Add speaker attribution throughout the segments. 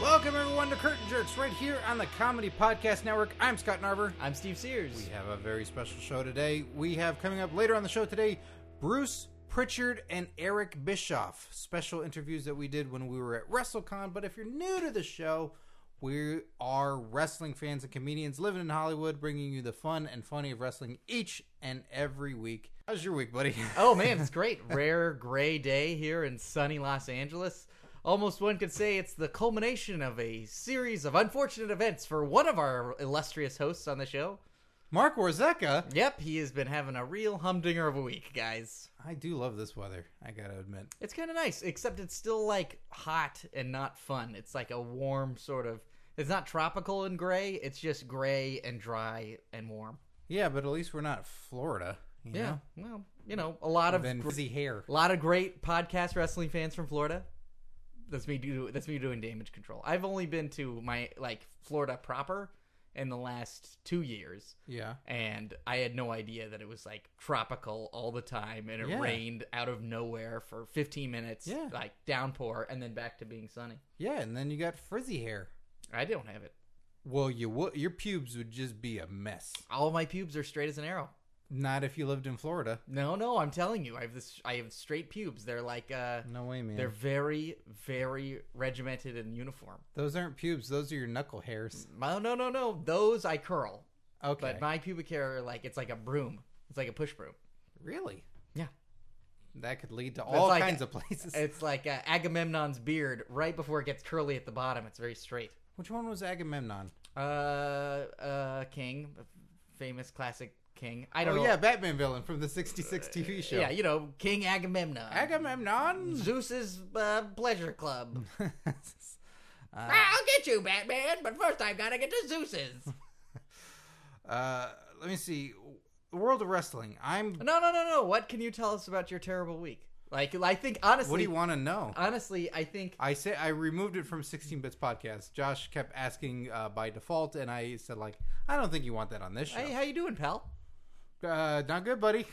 Speaker 1: Welcome, everyone, to Curtain Jerks, right here on the Comedy Podcast Network. I'm Scott Narver.
Speaker 2: I'm Steve Sears.
Speaker 1: We have a very special show today. We have coming up later on the show today Bruce Pritchard and Eric Bischoff. Special interviews that we did when we were at WrestleCon. But if you're new to the show, we are wrestling fans and comedians living in Hollywood, bringing you the fun and funny of wrestling each and every week. How's your week, buddy?
Speaker 2: oh man, it's great. Rare gray day here in sunny Los Angeles. Almost one could say it's the culmination of a series of unfortunate events for one of our illustrious hosts on the show.
Speaker 1: Mark Warzeka.
Speaker 2: Yep, he has been having a real humdinger of a week, guys.
Speaker 1: I do love this weather, I gotta admit.
Speaker 2: It's kind of nice, except it's still like hot and not fun. It's like a warm sort of. It's not tropical and gray. It's just gray and dry and warm.
Speaker 1: Yeah, but at least we're not Florida. You
Speaker 2: Yeah.
Speaker 1: Know?
Speaker 2: Well, you know, a lot of
Speaker 1: Then
Speaker 2: gr-
Speaker 1: frizzy hair.
Speaker 2: A lot of great podcast wrestling fans from Florida. That's me do that's me doing damage control. I've only been to my like Florida proper in the last 2 years
Speaker 1: Yeah.
Speaker 2: and I had no idea that it was like tropical all the time and it
Speaker 1: Yeah.
Speaker 2: rained out of nowhere for 15 minutes
Speaker 1: Yeah.
Speaker 2: like downpour and then back to being sunny.
Speaker 1: Yeah, and then you got frizzy hair.
Speaker 2: I don't have it.
Speaker 1: Well, you would your pubes would just be a mess.
Speaker 2: All my pubes are straight as an arrow.
Speaker 1: Not if you lived in Florida.
Speaker 2: No, no, I'm telling you. I have this I have straight pubes. They're like uh
Speaker 1: No way, man.
Speaker 2: they're very very regimented and uniform.
Speaker 1: Those aren't pubes. Those are your knuckle hairs.
Speaker 2: No, no, no, no. Those I curl,
Speaker 1: Okay.
Speaker 2: but my pubic hair are like it's like a broom. It's like a push broom.
Speaker 1: really?
Speaker 2: Yeah.
Speaker 1: That could lead to all
Speaker 2: like-
Speaker 1: kinds of places.
Speaker 2: It's like uh, Agamemnon's beard right before it gets curly at the bottom. It's very straight.
Speaker 1: Which one was Agamemnon?
Speaker 2: Uh, uh, King, famous classic King. I
Speaker 1: Oh
Speaker 2: don't know.
Speaker 1: yeah, Batman villain from the '66 TV show.
Speaker 2: yeah, you know King Agamemnon.
Speaker 1: Agamemnon.
Speaker 2: Zeus's uh, pleasure club.
Speaker 1: Uh,
Speaker 2: I'll get you, Batman, but first I've got to get to Zeus's.
Speaker 1: uh, let me see. The world of wrestling. I'm.
Speaker 2: No, no, no, no. What can you tell us about your terrible week? Like, I think honestly,
Speaker 1: What do you want to know?
Speaker 2: honestly, I think
Speaker 1: I say I removed it from 16 bits podcast. Josh kept asking uh, by default, and I said like, I don't think you want that on this show.
Speaker 2: Hey, how you doing, pal?
Speaker 1: uh, not good, buddy.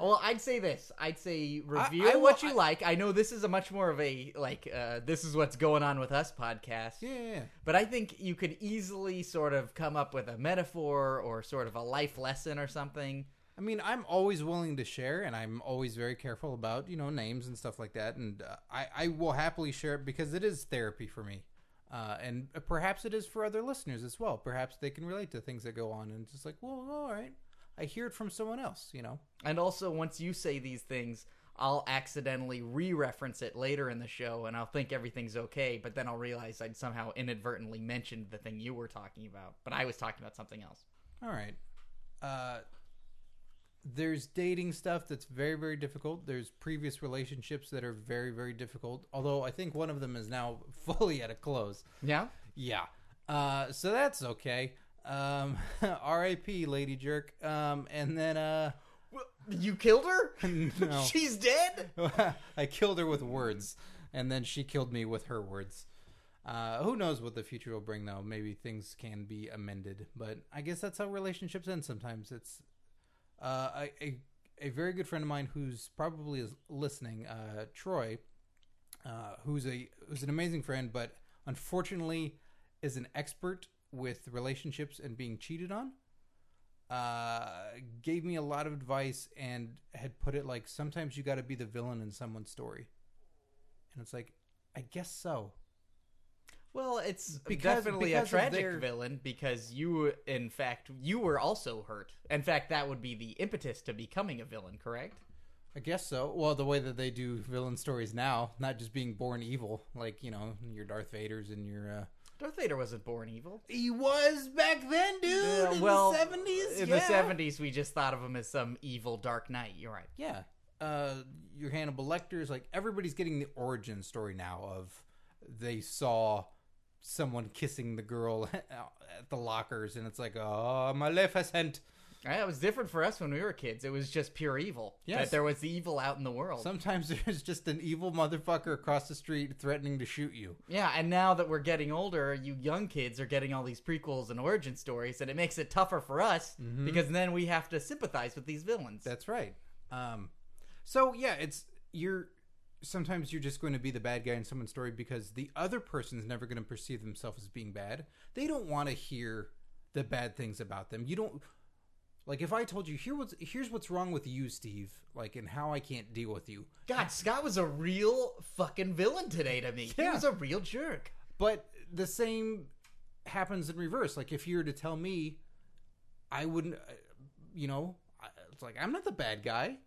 Speaker 2: Well, I'd say this. I'd say
Speaker 1: I
Speaker 2: review
Speaker 1: will-
Speaker 2: what you
Speaker 1: I-
Speaker 2: like. I know this is a much more of a like uh, this is what's going on with us podcast.
Speaker 1: yeah, yeah, yeah.
Speaker 2: But I think you could easily sort of come up with a metaphor or sort of a life lesson or something.
Speaker 1: I mean, I'm always willing to share, and I'm always very careful about you know names and stuff like that. And uh, I I will happily share it because it is therapy for me, uh, and perhaps it is for other listeners as well. Perhaps they can relate to things that go on, and just like, well, all right, I hear it from someone else, you know.
Speaker 2: And also, once you say these things, I'll accidentally re-reference it later in the show, and I'll think everything's okay. But then I'll realize I'd somehow inadvertently mentioned the thing you were talking about, but I was talking about something else.
Speaker 1: All right. Uh, there's dating stuff that's very, very difficult. There's previous relationships that are very, very difficult. Although I think one of them is now fully at a close.
Speaker 2: Yeah.
Speaker 1: Yeah. Uh, so that's okay. Um, R.I.P. Lady Jerk. Um, and then uh,
Speaker 2: You killed her?
Speaker 1: No.
Speaker 2: She's dead?
Speaker 1: I killed her with words, and then she killed me with her words. Uh, who knows what the future will bring, though? Maybe things can be amended, but I guess that's how relationships end. Sometimes it's uh, I- a a very good friend of mine who's probably is listening, uh, Troy, uh, who's a who's an amazing friend, but unfortunately is an expert with relationships and being cheated on uh, gave me a lot of advice and had put it like sometimes you got to be the villain in someone's story, and it's like I guess so.
Speaker 2: Well, it's
Speaker 1: Because-
Speaker 2: definitely
Speaker 1: because
Speaker 2: a
Speaker 1: of
Speaker 2: tragic
Speaker 1: their-
Speaker 2: villain because you, in fact, you were also hurt. In fact, that would be the impetus to becoming a villain, correct?
Speaker 1: I guess so. Well, the way that they do villain stories now, not just being born evil, like you know your Darth Vaders and your. Uh...
Speaker 2: Darth Vader wasn't born evil.
Speaker 1: He was back then, dude.
Speaker 2: Uh,
Speaker 1: in
Speaker 2: well,
Speaker 1: the seventies.
Speaker 2: in the seventies, we just thought of him as some evil Dark Knight. You're right.
Speaker 1: Yeah. Uh, your Hannibal Lecters, like everybody's getting the origin story now of they saw someone kissing the girl at the lockers, and it's like, oh, Maleficent.
Speaker 2: Yeah, It was different for us when we were kids. It was just pure evil.
Speaker 1: Yes.
Speaker 2: That there was evil out in the world.
Speaker 1: Sometimes there's just an evil motherfucker across the street threatening to shoot you.
Speaker 2: Yeah, and now that we're getting older, you young kids are getting all these prequels and origin stories, and it makes it tougher for us because then we have to sympathize with these villains.
Speaker 1: That's right. Um, so yeah, it's you're sometimes you're just going to be the bad guy in someone's story because the other person's never going to perceive themselves as being bad. They don't want to hear the bad things about them. You don't like if I told you here what's here's what's wrong with you, Steve, like and how I can't deal with you.
Speaker 2: God, Scott was a real fucking villain today to me. He
Speaker 1: Yeah.
Speaker 2: was a real jerk.
Speaker 1: But the same happens in reverse. Like if you were to tell me, I wouldn't, uh, you know, I- it's like I'm not the bad guy.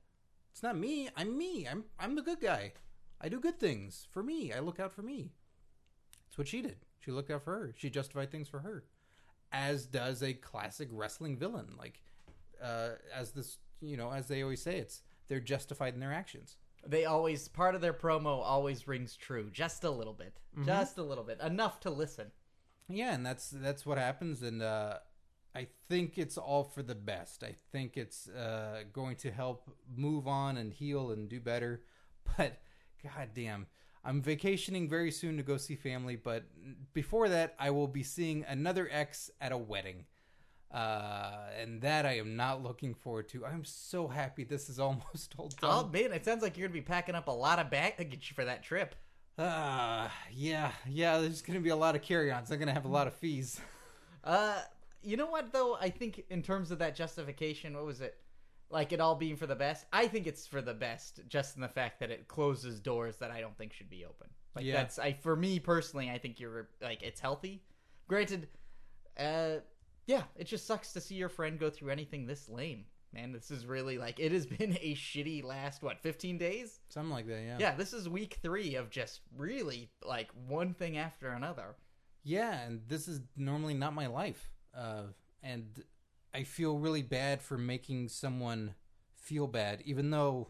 Speaker 1: It's not me. I'm me. I'm I'm the good guy. I do good things for me. I look out for me. That's what she did. She looked out for her. She justified things for her, as does a classic wrestling villain. Like, uh, as this, you know, as they always say, it's they're justified in their actions.
Speaker 2: They always part of their promo always rings true, just a little bit, just a little bit, enough to listen.
Speaker 1: Yeah, and that's that's what happens, and uh, I think it's all for the best. I think it's uh, going to help move on and heal and do better. But goddamn, I'm vacationing very soon to go see family. But before that, I will be seeing another ex at a wedding, uh, and that I am not looking forward to. I'm so happy this is almost all done.
Speaker 2: Oh man, it sounds like you're gonna be packing up a lot of baggage for that trip.
Speaker 1: Uh, yeah, yeah. There's going to be a lot of carry-ons. I'm going to have a lot of fees.
Speaker 2: Uh, you know what though? I think in terms of that justification, what was it? Like it all being for the best. I think it's for the best, just in the fact that it closes doors that I don't think should be open. Like
Speaker 1: Yeah.
Speaker 2: that's I for me personally, I think you're like it's healthy. Granted, uh, yeah, it just sucks to see your friend go through anything this lame. Man, this is really like it has been a shitty last what fifteen days.
Speaker 1: Something like that.
Speaker 2: Yeah, this is week three of just really like one thing after another.
Speaker 1: Yeah, and this is normally not my life. Uh, and I feel really bad for making someone feel bad, even though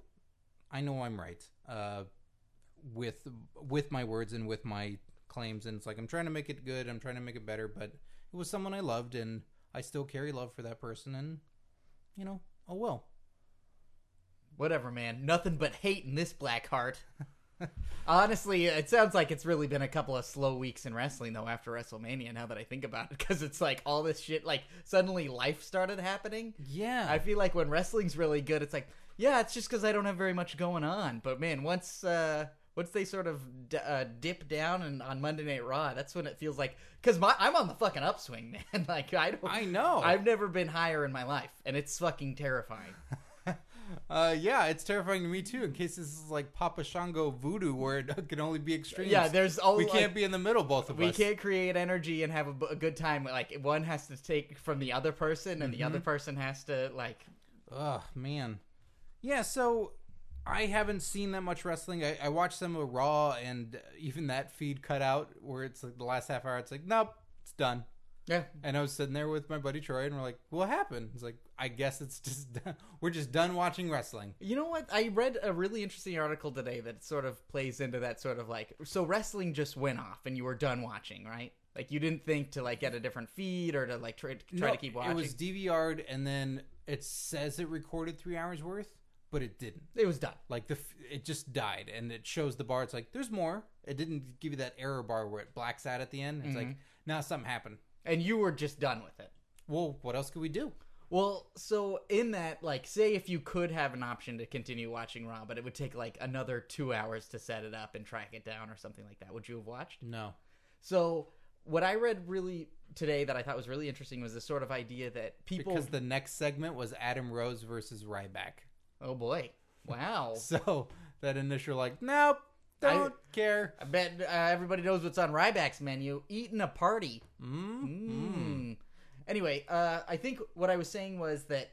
Speaker 1: I know I'm right uh, with with my words and with my claims. And it's like I'm trying to make it good. I'm trying to make it better. But it was someone I loved, and I still carry love for that person. And you know, oh well.
Speaker 2: Whatever, man. Nothing but hate in this black heart. Honestly, it sounds like it's really been a couple of slow weeks in wrestling, though, after WrestleMania, now that I think about it, because it's like all this shit, like, suddenly life started happening.
Speaker 1: Yeah,
Speaker 2: I feel like when wrestling's really good, it's like, yeah, it's just because I don't have very much going on. But, man, once, uh,. Once they sort of d- uh, dip down and on Monday Night Raw, that's when it feels like because my I'm on the fucking upswing, man. like I don't,
Speaker 1: I know.
Speaker 2: I've never been higher in my life, and it's fucking terrifying.
Speaker 1: uh, yeah, it's terrifying to me too. In case this is like Papa Shango voodoo, where it can only be extremes.
Speaker 2: Yeah, there's
Speaker 1: we
Speaker 2: always
Speaker 1: can't be in the middle, both of
Speaker 2: Oh, We
Speaker 1: us.
Speaker 2: can't create energy and have a, bu- a good time. Like one has to take from the other person, and the
Speaker 1: Mm-hmm.
Speaker 2: other person has to like.
Speaker 1: Oh man, yeah. So I haven't seen that much wrestling. I, I watched some of Raw, and uh, even that feed cut out where it's like the last half hour. It's like nope, it's done.
Speaker 2: Yeah,
Speaker 1: And I was sitting there with my buddy Troy, and we're like, "What happened?" It's like, "I guess it's just done. we're just done watching wrestling."
Speaker 2: you know what? I read a really interesting article today that sort of plays into that sort of like. So wrestling just went off, and you were done watching, right? Like you didn't think to like get a different feed or to like try, try
Speaker 1: No,
Speaker 2: to keep watching.
Speaker 1: It was DVR'd, and then it says it recorded three hours worth, but it didn't.
Speaker 2: it was done.
Speaker 1: Like the f- it just died, and it shows the bar. It's like there's more. It didn't give you that error bar where it blacks out at the end. It's like now something happened.
Speaker 2: and you were just done with it.
Speaker 1: Well, what else could we do?
Speaker 2: Well, so in that, like, say if you could have an option to continue watching Raw, but it would take like another two hours to set it up and track it down or something like that, would you have watched?
Speaker 1: No.
Speaker 2: So, what I read really today that I thought was really interesting was this sort of idea that people.
Speaker 1: Because the next segment was Adam Rose versus Ryback.
Speaker 2: oh boy. Wow.
Speaker 1: So that initial, like, nope, don't care.
Speaker 2: I bet uh, everybody knows what's on Ryback's menu eating a party.
Speaker 1: Mm-hmm. Hmm.
Speaker 2: Mm. Anyway, uh, I think what I was saying was that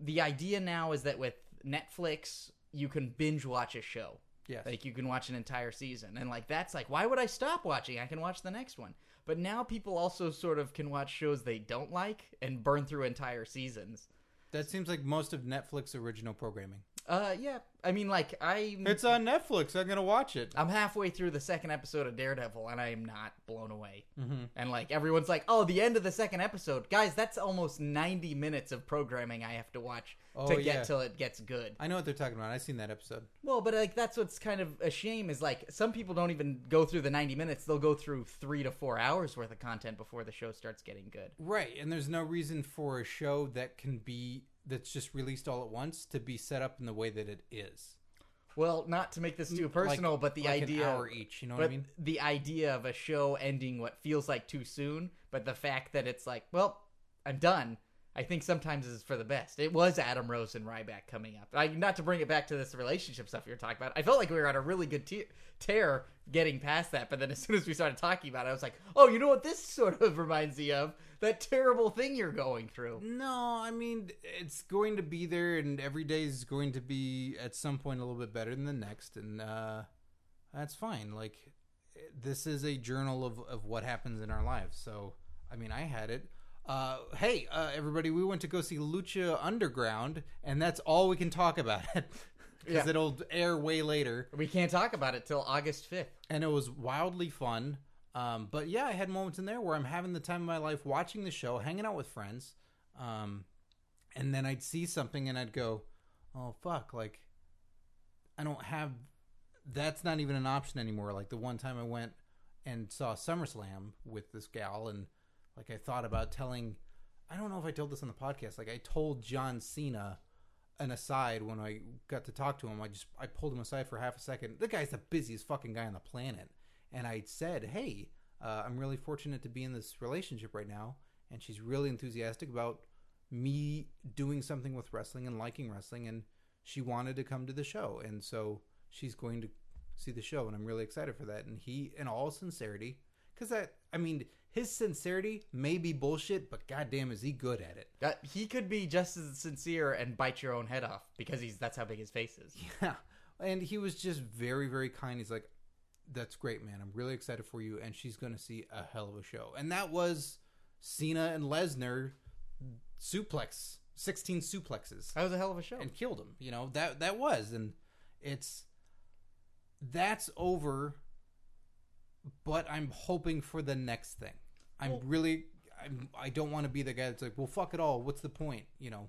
Speaker 2: the idea now is that with Netflix, you can binge watch a show.
Speaker 1: Yes.
Speaker 2: Like you can watch an entire season. And like that's like why would I stop watching? I can watch the next one. But now people also sort of can watch shows they don't like and burn through entire seasons.
Speaker 1: That seems like most of Netflix original programming.
Speaker 2: Uh yeah, I mean like I
Speaker 1: It's on Netflix. I'm going to watch it.
Speaker 2: I'm halfway through the second episode of Daredevil and I am not blown away. Mm-hmm. And like everyone's like, "Oh, the end of the second episode. Guys, that's almost 90 minutes of programming I have to watch
Speaker 1: Oh,
Speaker 2: to get
Speaker 1: yeah.
Speaker 2: till it gets good."
Speaker 1: I know what they're talking about. I've seen that episode.
Speaker 2: Well, but like that's what's kind of a shame is like some people don't even go through the 90 minutes. They'll go through 3 to 4 hours worth of content before the show starts getting good.
Speaker 1: Right. And there's no reason for a show that can be, that's just released all at once to be set up in the way that it is.
Speaker 2: Well, not to make this too personal,
Speaker 1: Mm, Like-
Speaker 2: but the
Speaker 1: like
Speaker 2: idea
Speaker 1: an hour each. You know
Speaker 2: but
Speaker 1: what I mean?
Speaker 2: the idea of a show ending what feels like too soon, but the fact that it's like, well, I'm done. I think sometimes is for the best. It was Adam Rose and Ryback coming up. I, not to bring it back to this relationship stuff you were talking about. I felt like we were on a really good te- tear getting past that, but then as soon as we started talking about it, I was like, oh, you know what this sort of reminds me of? That terrible thing you're going through.
Speaker 1: No, I mean it's going to be there, and every day is going to be at some point a little bit better than the next, and uh, that's fine. Like this is a journal of of what happens in our lives. So I mean, I had it. Uh, hey, uh, everybody, we went to go see Lucha Underground, and that's all we can talk about it because
Speaker 2: Yeah.
Speaker 1: it'll air way later
Speaker 2: We can't talk about it till August 5th.
Speaker 1: and it was wildly fun. Um, but yeah, I had moments in there where I'm having the time of my life watching the show, hanging out with friends, um, and then I'd see something and I'd go, "Oh fuck!" Like I don't have. That's not even an option anymore. Like the one time I went and saw SummerSlam with this gal, and like I thought about telling. I don't know if I told this on the podcast. Like I told John Cena an aside when I got to talk to him. I just I pulled him aside for half a second. The guy's the busiest fucking guy on the planet, and I said, "Hey, uh, I'm really fortunate to be in this relationship right now, and she's really enthusiastic about me doing something with wrestling and liking wrestling, and she wanted to come to the show, and so she's going to see the show, and I'm really excited for that." And he, in all sincerity, because that I mean, his sincerity may be bullshit, but goddamn, is he good at it.
Speaker 2: Uh, he could be just as sincere and bite your own head off because he's that's how big his face is.
Speaker 1: Yeah. And he was just very, very kind. He's like, that's great, man. I'm really excited for you. And she's going to see a hell of a show. And that was Cena and Lesnar suplex, 16 suplexes
Speaker 2: That was a hell of a show.
Speaker 1: and killed him. You know, that, that was. And it's, that's over, but I'm hoping for the next thing. I'm
Speaker 2: Well-
Speaker 1: really, I'm, I don't want to be the guy that's like, well, fuck it all. What's the point? You know,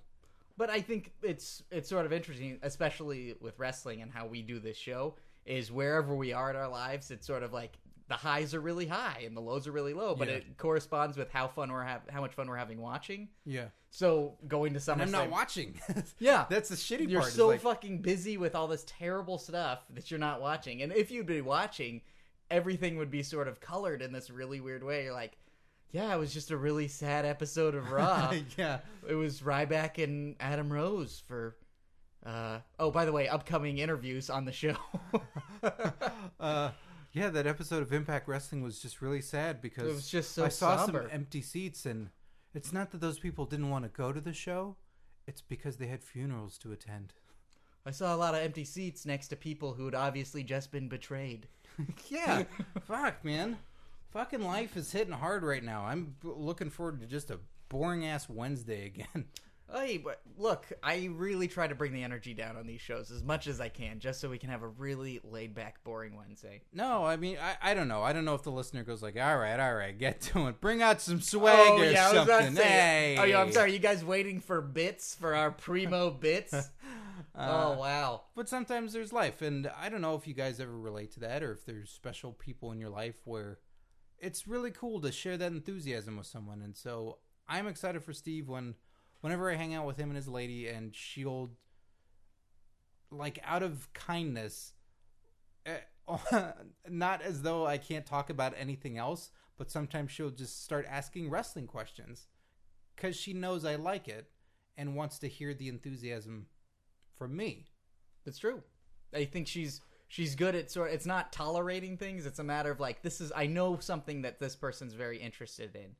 Speaker 2: but I think it's it's sort of interesting, especially with wrestling and how we do this show, is wherever we are in our lives, it's sort of like the highs are really high and the lows are really low, but
Speaker 1: Yeah.
Speaker 2: it corresponds with how fun we're have how much fun we're having watching.
Speaker 1: yeah.
Speaker 2: So going to
Speaker 1: And
Speaker 2: SummerSlam,
Speaker 1: I'm not watching.
Speaker 2: Yeah.
Speaker 1: that's the shitty
Speaker 2: you're
Speaker 1: part. is
Speaker 2: so
Speaker 1: like-
Speaker 2: fucking busy with all this terrible stuff that you're not watching. And if you'd be watching, everything would be sort of colored in this really weird way. You're like, yeah, it was just a really sad episode of Raw.
Speaker 1: yeah.
Speaker 2: it was Ryback and Adam Rose for. Uh, oh, by the way, upcoming interviews on the show.
Speaker 1: Uh, yeah, that episode of Impact Wrestling was just really sad because
Speaker 2: It was just so
Speaker 1: I saw
Speaker 2: somber.
Speaker 1: some empty seats, and it's not that those people didn't want to go to the show; it's because they had funerals to attend.
Speaker 2: I saw a lot of empty seats next to people who had obviously just been betrayed.
Speaker 1: yeah, fuck, man, fucking life is hitting hard right now. I'm b- looking forward to just a boring ass Wednesday again.
Speaker 2: Hey, but look, I really try to bring the energy down on these shows as much as I can, just so we can have a really laid back, boring Wednesday.
Speaker 1: No, I mean, I, I don't know. I don't know if the listener goes like, "All right, all right, get to it. Bring out some swag
Speaker 2: Oh,
Speaker 1: or something."
Speaker 2: to say-
Speaker 1: hey.
Speaker 2: Oh, yeah, I'm sorry. You guys waiting for bits for our primo bits?
Speaker 1: Uh,
Speaker 2: oh, wow.
Speaker 1: but sometimes there's life and i don't know if you guys ever relate to that or if there's special people in your life where it's really cool to share that enthusiasm with someone and so i'm excited for steve when whenever i hang out with him and his lady and she'll like out of kindness eh, not as though i can't talk about anything else but sometimes she'll just start asking wrestling questions because she knows i like it and wants to hear the enthusiasm from me
Speaker 2: It's true. I think she's she's good at sort. It's not tolerating things. It's a matter of like this is. I know something that this person's very interested in,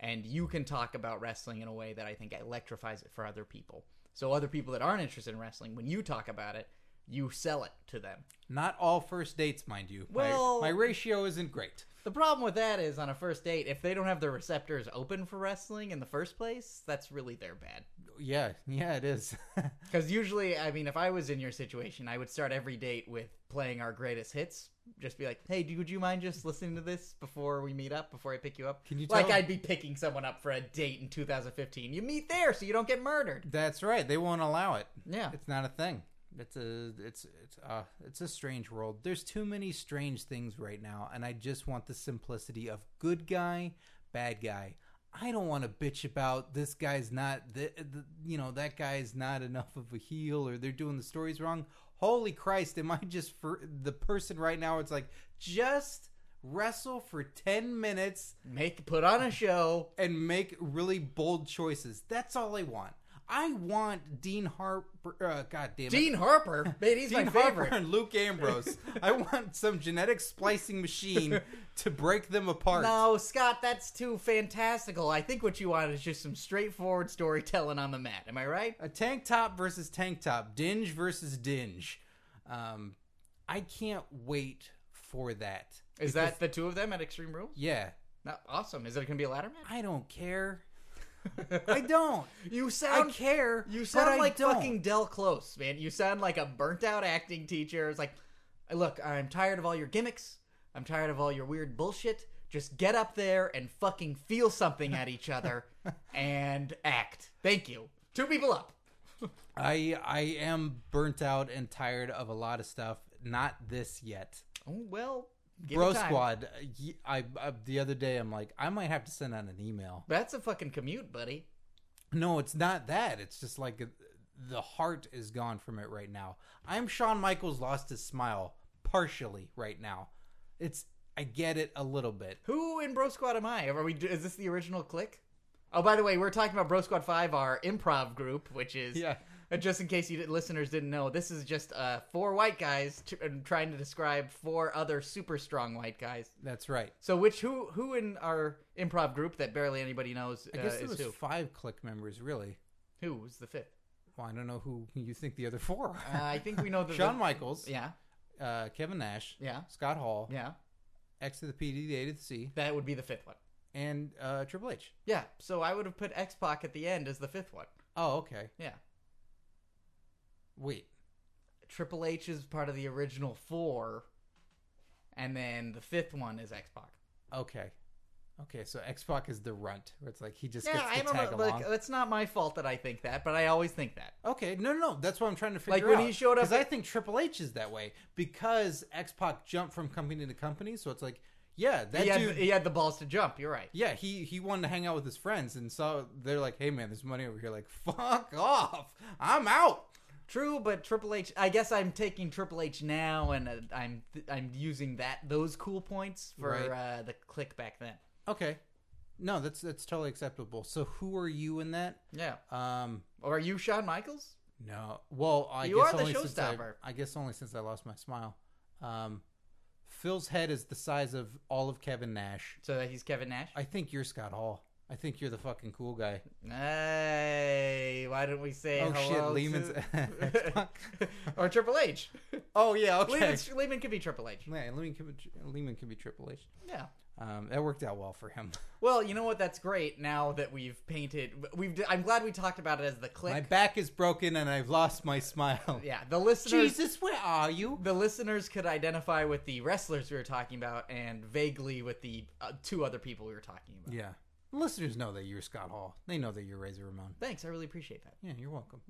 Speaker 2: and you can talk about wrestling in a way that I think electrifies it for other people. So other people that aren't interested in wrestling, when you talk about it, you sell it to them.
Speaker 1: Not all first dates, mind you. My-
Speaker 2: Well-
Speaker 1: my, ratio isn't great.
Speaker 2: The problem with that is on a first date, if they don't have their receptors open for wrestling in the first place, that's really their bad.
Speaker 1: Yeah, yeah, it is.
Speaker 2: Because usually, I mean, if I was in your situation, I would start every date with playing our greatest hits. Just be like, hey, do, would you mind just listening to this before we meet up, before I pick you up?
Speaker 1: Can you
Speaker 2: like,
Speaker 1: tell-
Speaker 2: I'd be picking someone up for a date in 2015. You meet there so you don't get murdered.
Speaker 1: That's right. They won't allow it.
Speaker 2: Yeah.
Speaker 1: It's not a thing. It's a it's it's uh it's a strange world. There's too many strange things right now, and I just want the simplicity of good guy, bad guy. I don't want to bitch about this guy's not, th- th- you know, that guy's not enough of a heel or they're doing the stories wrong. Holy Christ, am I just for the person right now? It's like, just wrestle for 10 minutes
Speaker 2: Make put on a show.
Speaker 1: and make really bold choices. That's all I want. I want Dean Harper. Uh, God damn it.
Speaker 2: Gene Harper, man, he's
Speaker 1: Dean
Speaker 2: my
Speaker 1: Harper
Speaker 2: favorite.
Speaker 1: and Luke Ambrose. I want some genetic splicing machine to break them apart.
Speaker 2: No, Scott, that's too fantastical. I think what you want is just some straightforward storytelling on the mat. Am I right?
Speaker 1: A tank top versus tank top, dinge versus dinge. Um, I can't wait for that.
Speaker 2: Is that the two of them at Extreme Rules?
Speaker 1: Yeah,
Speaker 2: No, awesome. Is it going to be a ladder match?
Speaker 1: I don't care. I don't.
Speaker 2: You
Speaker 1: I
Speaker 2: sound
Speaker 1: care.
Speaker 2: you
Speaker 1: but
Speaker 2: sound
Speaker 1: I
Speaker 2: like
Speaker 1: don't.
Speaker 2: fucking Del Close, man. You sound like a burnt out acting teacher. It's like, look, I'm tired of all your gimmicks. I'm tired of all your weird bullshit. Just get up there and fucking feel something at each other and act. Thank you. Two people up.
Speaker 1: I I am burnt out and tired of a lot of stuff. Not this yet.
Speaker 2: Oh well, give
Speaker 1: Bro
Speaker 2: it time.
Speaker 1: Squad. uh, y- I, I the other day I'm like I might have to send out an email.
Speaker 2: That's a fucking commute, buddy.
Speaker 1: No, it's not that. It's just like uh, the heart is gone from it right now. I'm Shawn Michaels lost his smile partially right now. It's I get it a little bit.
Speaker 2: Who in Bro Squad am I? Are we? Is this the original click? Oh, by the way, we're talking about Bro Squad Five, our improv group, which is
Speaker 1: Yeah.
Speaker 2: uh, Just in case you did, listeners didn't know, this is just uh, four white guys t- um, trying to describe four other super strong white guys.
Speaker 1: That's right.
Speaker 2: So, which who who in our improv group that barely anybody knows
Speaker 1: I guess
Speaker 2: uh,
Speaker 1: there
Speaker 2: is
Speaker 1: was
Speaker 2: who?
Speaker 1: five click members really.
Speaker 2: Who was the fifth?
Speaker 1: Well, I don't know who you think the other four
Speaker 2: Uh,
Speaker 1: are.
Speaker 2: I think we know the
Speaker 1: Shawn
Speaker 2: the-
Speaker 1: Michaels,
Speaker 2: Yeah,
Speaker 1: uh, Kevin Nash,
Speaker 2: yeah,
Speaker 1: Scott Hall,
Speaker 2: yeah.
Speaker 1: X to the P to the A to the C,
Speaker 2: That would be the fifth one.
Speaker 1: and uh, Triple H.
Speaker 2: Yeah. So I would have put X Pac at the end as the fifth one.
Speaker 1: Oh, okay.
Speaker 2: Yeah.
Speaker 1: Wait.
Speaker 2: Triple H is part of the original four, and then the fifth one is X Pac.
Speaker 1: Okay. Okay, so X Pac is the runt, where it's like he just
Speaker 2: Yeah,
Speaker 1: gets to
Speaker 2: I don't
Speaker 1: tag
Speaker 2: know.
Speaker 1: along.
Speaker 2: Like, that's not my fault that I think that, but I always think that.
Speaker 1: Okay, no, no, no. That's what I'm trying to figure
Speaker 2: Like,
Speaker 1: out.
Speaker 2: when he showed up
Speaker 1: because I think Triple H is that way because X Pac jumped from company to company, so it's like, yeah, that
Speaker 2: he, had,
Speaker 1: dude.
Speaker 2: he had the balls to jump. You're right.
Speaker 1: yeah, he he wanted to hang out with his friends and saw they're like, hey man, there's money over here. Like, fuck off, I'm out.
Speaker 2: True, but Triple H. I guess I'm taking Triple H now, and uh, I'm I'm using that those cool points for uh, the click back then.
Speaker 1: Okay, no, that's that's totally acceptable. So who are you in that?
Speaker 2: Yeah.
Speaker 1: Um,
Speaker 2: Or are you Shawn Michaels?
Speaker 1: no, well, I
Speaker 2: You
Speaker 1: guess
Speaker 2: are the
Speaker 1: only since I,
Speaker 2: showstopper.
Speaker 1: I guess only since I lost my smile. Um, Phil's head is the size of all of Kevin Nash.
Speaker 2: So that he's Kevin Nash.
Speaker 1: I think you're Scott Hall. I think you're the fucking cool guy.
Speaker 2: Hey, why don't we say
Speaker 1: Oh shit,
Speaker 2: hello?
Speaker 1: Lehman's.
Speaker 2: to- or Triple H.
Speaker 1: oh yeah,
Speaker 2: Lehman's, Lehman could be Triple H.
Speaker 1: Yeah, Lehman can, be- Lehman can be Triple H.
Speaker 2: Yeah.
Speaker 1: Um, that worked out well for him.
Speaker 2: Well, you know what? That's great. Now that we've painted, we've. I'm glad we talked about it as the click.
Speaker 1: My back is broken and I've lost my smile.
Speaker 2: yeah, the listeners.
Speaker 1: Jesus, where are you?
Speaker 2: the listeners could identify with the wrestlers we were talking about and vaguely with the uh, two other people we were talking about.
Speaker 1: Yeah, listeners know that you're Scott Hall. They know that you're Razor Ramon.
Speaker 2: Thanks, I really appreciate that.
Speaker 1: Yeah, you're welcome.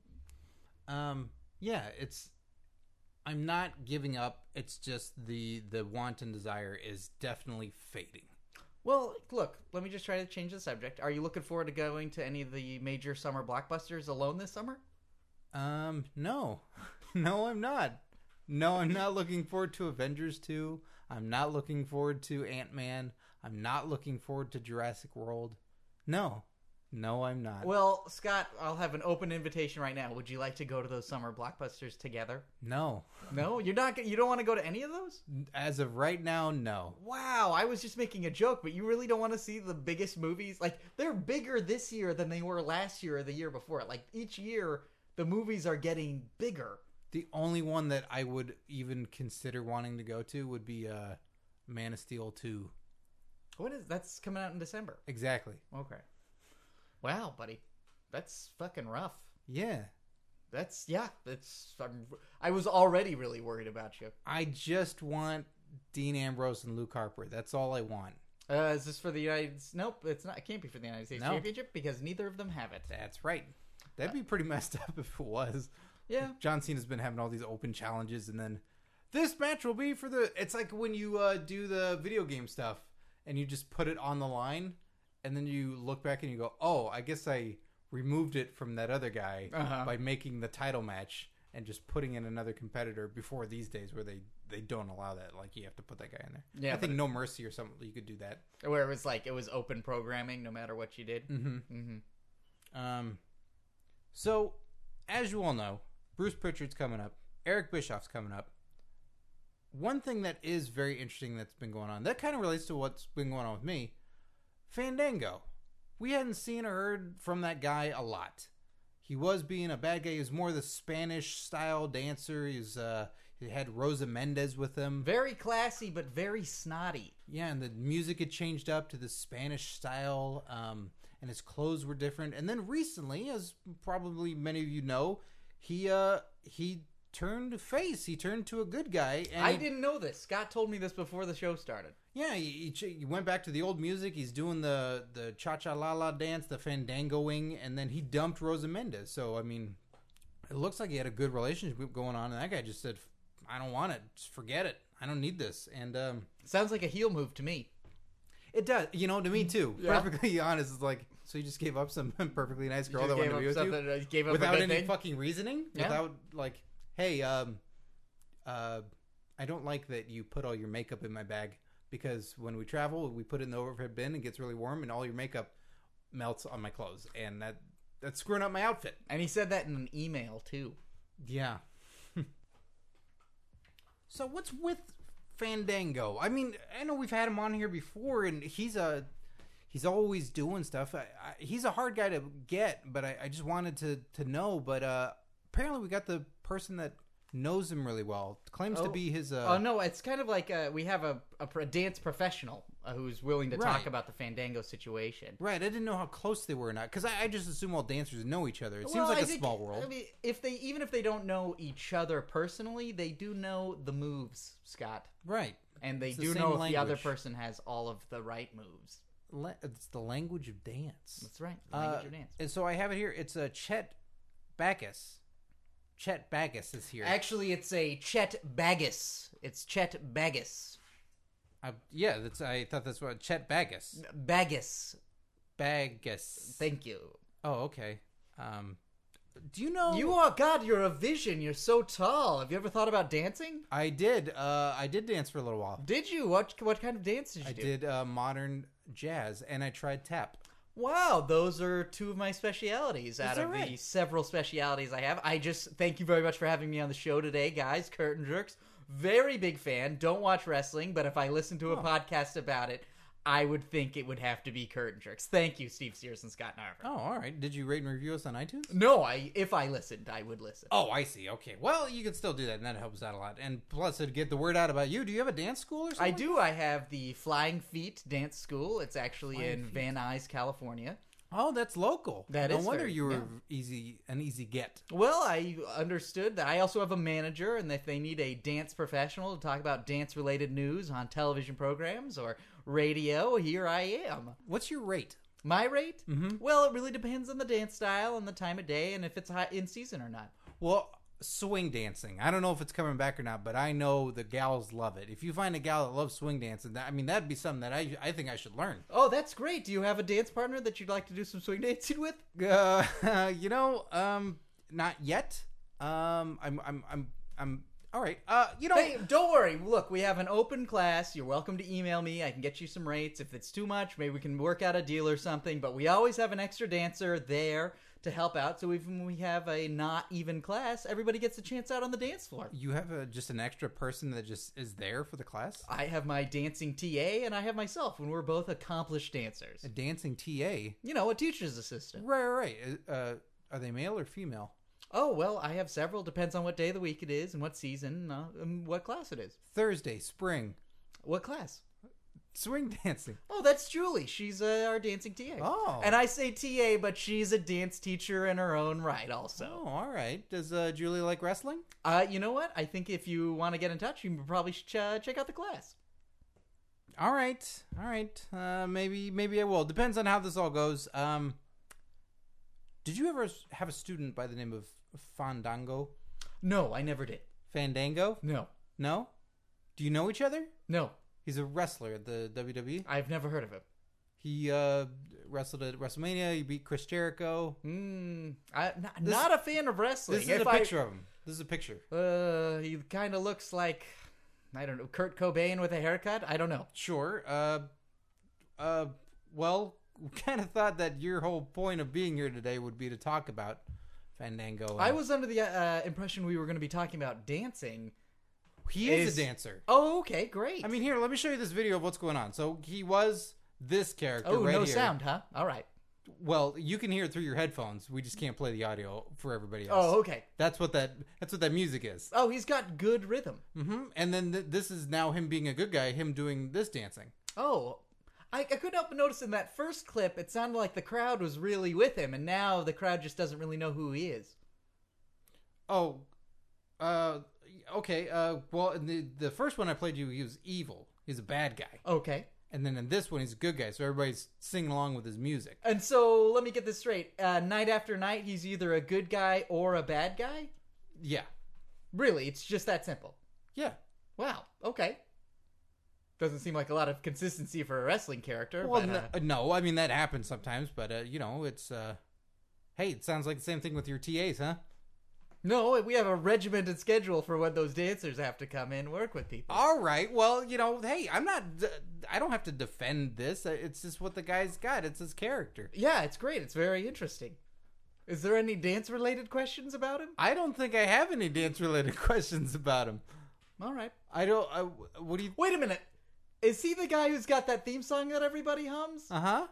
Speaker 1: Um, yeah, it's. I'm not giving up. It's just the the want and desire is definitely fading.
Speaker 2: Well, look, let me just try to change the subject. Are you looking forward to going to any of the major summer blockbusters alone this summer?
Speaker 1: Um, no, no, I'm not. No, I'm not looking forward to Avengers 2. I'm not looking forward to Ant Man. I'm not looking forward to Jurassic World. No, no, I'm not.
Speaker 2: Well, Scott, I'll have an open invitation right now. Would you like to go to those summer blockbusters together?
Speaker 1: no,
Speaker 2: No, you're not. go- You don't want to go to any of those.
Speaker 1: as of right now, no.
Speaker 2: Wow, I was just making a joke, but you really don't want to see the biggest movies? Like, they're bigger this year than they were last year or the year before. Like, each year, the movies are getting bigger.
Speaker 1: The only one that I would even consider wanting to go to would be uh, Man of Steel 2.
Speaker 2: What is that's coming out in December?
Speaker 1: Exactly.
Speaker 2: Okay. Wow, buddy. That's fucking rough.
Speaker 1: Yeah.
Speaker 2: That's, yeah, that's, I'm, I was already really worried about you.
Speaker 1: I just want Dean Ambrose and Luke Harper. That's all I want.
Speaker 2: Uh, is this for the United Nope, it's not, it can't be for the United States
Speaker 1: No.
Speaker 2: Championship because neither of them have it.
Speaker 1: That's right. That'd be pretty messed up if it was.
Speaker 2: Yeah.
Speaker 1: John Cena's been having all these open challenges, and then this match will be for the. It's like when you uh, do the video game stuff and you just put it on the line, and then you look back and you go, "Oh, I guess I removed it from that other guy
Speaker 2: Uh-huh.
Speaker 1: by making the title match and just putting in another competitor." Before these days, where they they don't allow that, like you have to put that guy in there.
Speaker 2: Yeah,
Speaker 1: I
Speaker 2: but
Speaker 1: think No Mercy or something you could do that.
Speaker 2: where it was like it was open programming no matter what you did.
Speaker 1: Mm-hmm.
Speaker 2: Mm-hmm.
Speaker 1: Um, so as you all know, Bruce Pritchard's coming up. Eric Bischoff's coming up. One thing that is very interesting that's been going on that kind of relates to what's been going on with me. Fandango. We hadn't seen or heard from that guy a lot. He was being a bad guy. He was more the Spanish style dancer. He's uh, he had Rosa Mendez with him.
Speaker 2: Very classy, but very snotty.
Speaker 1: Yeah, and the music had changed up to the Spanish style, um, and his clothes were different. And then recently, as probably many of you know, he uh, he turned face. He turned to a good guy. And
Speaker 2: I
Speaker 1: he-
Speaker 2: didn't know this. Scott told me this before the show started.
Speaker 1: Yeah, he, he, ch- he went back to the old music. He's doing the the cha cha la la dance, the fandangoing, and then he dumped Rosa Mendez. So I mean, it looks like he had a good relationship going on, and that guy just said, "I don't want it. Just forget it. I don't need this." And um,
Speaker 2: Sounds like a heel move to me.
Speaker 1: It does, you know, to me too.
Speaker 2: Yeah.
Speaker 1: Perfectly honest, it's like so you just gave up some perfectly nice girl that
Speaker 2: Just
Speaker 1: wanted
Speaker 2: gave
Speaker 1: to
Speaker 2: up
Speaker 1: be with you
Speaker 2: something- uh, gave up a
Speaker 1: without
Speaker 2: good
Speaker 1: any
Speaker 2: thing.
Speaker 1: fucking reasoning,
Speaker 2: Yeah.
Speaker 1: without like, hey, um, uh, I don't like that you put all your makeup in my bag because when we travel, we put it in the overhead bin and it gets really warm, and all your makeup melts on my clothes, and that that's screwing up my outfit.
Speaker 2: and he said that in an email too.
Speaker 1: Yeah. so what's with Fandango? I mean, I know we've had him on here before, and he's a he's always doing stuff. I, I, he's a hard guy to get, but I, I just wanted to to know. But uh, apparently, we got the person that knows him really well. Claims to
Speaker 2: Oh.
Speaker 1: be his. Uh,
Speaker 2: Oh no, it's kind of like uh, we have a, a, pro- dance professional uh, who's willing to
Speaker 1: Right.
Speaker 2: talk about the Fandango situation.
Speaker 1: Right, I didn't know how close they were or not, because I, I just assume all dancers know each other. It
Speaker 2: Well,
Speaker 1: seems like
Speaker 2: I
Speaker 1: a
Speaker 2: think-
Speaker 1: small world.
Speaker 2: I mean, if they even if they don't know each other personally, they do know the moves, Scott,
Speaker 1: right,
Speaker 2: and they
Speaker 1: It's the
Speaker 2: do
Speaker 1: same
Speaker 2: know if the other
Speaker 1: language.
Speaker 2: person has all of the right moves.
Speaker 1: La- it's the language of dance.
Speaker 2: That's right,
Speaker 1: Uh,
Speaker 2: language of dance.
Speaker 1: And so I have it here. It's a Chet Backus. Chet Backus is here.
Speaker 2: Actually, it's a Chet Bagus. It's Chet Bagus.
Speaker 1: I- yeah, that's. I thought that's what Chet Backus.
Speaker 2: Bagus.
Speaker 1: Backus.
Speaker 2: Thank you.
Speaker 1: oh, okay. Um, do you know?
Speaker 2: You are God. You're a vision. You're so tall. Have you ever thought about dancing?
Speaker 1: I did. Uh, I did dance for a little while.
Speaker 2: Did you? What what kind of dance did you
Speaker 1: I
Speaker 2: do?
Speaker 1: did uh, modern jazz, and I tried tap.
Speaker 2: Wow, those are two of my specialities out
Speaker 1: that
Speaker 2: of the
Speaker 1: right?
Speaker 2: several specialities I have. I just thank you very much for having me on the show today, guys. Curtain jerks, very big fan. Don't watch wrestling, but if I listened
Speaker 1: Oh.
Speaker 2: to a podcast about it, I would think it would have to be curtain jerks. Thank you, Steve Sears and Scott Narver.
Speaker 1: Oh, all right. Did you rate and review us on iTunes?
Speaker 2: No, I if I listened, I would listen.
Speaker 1: Oh, I see. Okay. Well, you can still do that, and that helps out a lot. And plus, it'd get the word out about you. Do you have a dance school or something?
Speaker 2: I do. I have the Flying Feet Dance School. It's actually in Van Nuys, California.
Speaker 1: Oh, that's local.
Speaker 2: That
Speaker 1: no
Speaker 2: is
Speaker 1: wonder
Speaker 2: very-
Speaker 1: you were
Speaker 2: yeah.
Speaker 1: easy an easy get.
Speaker 2: Well, I understood that I also have a manager, and if they need a dance professional to talk about dance related news on television programs or radio, here I am.
Speaker 1: What's your rate?
Speaker 2: My rate? Well, it really depends on the dance style and the time of day and if it's hot in season or not.
Speaker 1: Well, swing dancing. I don't know if it's coming back or not, but I know the gals love it. If you find a gal that loves swing dancing, that, I mean, that'd be something that I I think I should learn.
Speaker 2: Oh, that's great. Do you have a dance partner that you'd like to do some swing dancing with?
Speaker 1: Uh, you know, um, not yet. Um, I'm I'm I'm I'm all right. Uh, you know,
Speaker 2: Hey, don't worry. Look, we have an open class. You're welcome to email me. I can get you some rates. If it's too much, maybe we can work out a deal or something. But we always have an extra dancer there to help out. So even when we have a not even class, everybody gets a chance out on the dance floor.
Speaker 1: you have a, just an extra person that just is there for the class.
Speaker 2: I have my dancing TA and I have myself when we're both accomplished dancers.
Speaker 1: A dancing TA.
Speaker 2: You know, a teacher's assistant.
Speaker 1: Right, right. right. Uh, are they male or female?
Speaker 2: Oh, well, I have several. Depends on what day of the week it is and what season uh, and what class it is.
Speaker 1: Thursday, spring,
Speaker 2: What class?
Speaker 1: swing dancing.
Speaker 2: Oh, that's Julie. She's uh, our dancing TA.
Speaker 1: Oh.
Speaker 2: And I say TA, but she's a dance teacher in her own right, also.
Speaker 1: Oh, all right. Does uh, Julie like wrestling?
Speaker 2: Uh, you know what? I think if you want to get in touch, you probably should ch- check out the class.
Speaker 1: All right, all right. Uh, maybe, maybe I will. Depends on how this all goes. Um, did you ever s- have a student by the name of Fandango?
Speaker 2: No, I never did.
Speaker 1: Fandango?
Speaker 2: No.
Speaker 1: No. Do you know each other?
Speaker 2: No.
Speaker 1: He's a wrestler at the WWE.
Speaker 2: I've never heard of him.
Speaker 1: He uh, wrestled at WrestleMania. He beat Chris Jericho.
Speaker 2: Mm, I, not,
Speaker 1: This-
Speaker 2: not a fan of wrestling.
Speaker 1: This is
Speaker 2: If
Speaker 1: a
Speaker 2: I-
Speaker 1: picture of him. This is a picture.
Speaker 2: uh, he kind of looks like I don't know Kurt Cobain with a haircut. I don't know.
Speaker 1: Sure. Uh, uh, well, we kind of thought that your whole point of being here today would be to talk about Fandango. and-
Speaker 2: I was under the uh, impression we were going to be talking about dancing.
Speaker 1: He is,
Speaker 2: is-
Speaker 1: a dancer.
Speaker 2: Oh, okay, great.
Speaker 1: I mean, here, let me show you this video of what's going on. So he was this character
Speaker 2: oh,
Speaker 1: right
Speaker 2: no
Speaker 1: here.
Speaker 2: sound, huh? All right.
Speaker 1: Well, you can hear it through your headphones. We just can't play the audio for everybody else.
Speaker 2: Oh, okay.
Speaker 1: That's what that that's what that music is.
Speaker 2: Oh, he's got good rhythm.
Speaker 1: hmm And then th- this is now him being a good guy, him doing this dancing.
Speaker 2: Oh, I, I couldn't help but notice in that first clip, it sounded like the crowd was really with him, and now the crowd just doesn't really know who he is.
Speaker 1: Oh, uh, okay. Uh, well, in the the first one I played you, he was evil. He's a bad guy.
Speaker 2: Okay.
Speaker 1: And then in this one, he's a good guy. So everybody's singing along with his music.
Speaker 2: And so let me get this straight. Uh, night after night, he's either a good guy or a bad guy?
Speaker 1: Yeah,
Speaker 2: Really, it's just that simple.
Speaker 1: yeah.
Speaker 2: Wow. Okay. Doesn't seem like a lot of consistency for a wrestling character.
Speaker 1: Well,
Speaker 2: but,
Speaker 1: no,
Speaker 2: uh,
Speaker 1: no, I mean that happens sometimes, but uh, you know, it's uh, hey, it sounds like the same thing with your TAs, huh?
Speaker 2: no, we have a regimented schedule for when those dancers have to come in and work with people.
Speaker 1: All right. Well, you know, hey, I'm not. I don't have to defend this. Uh, It's just what the guy's got. It's his character.
Speaker 2: Yeah, it's great. It's very interesting. Is there any dance related questions about him?
Speaker 1: I don't think I have any dance related questions about him.
Speaker 2: All right.
Speaker 1: I don't. I, what do you?
Speaker 2: Wait a minute. Is he the guy who's got that theme song that everybody hums?
Speaker 1: Uh huh.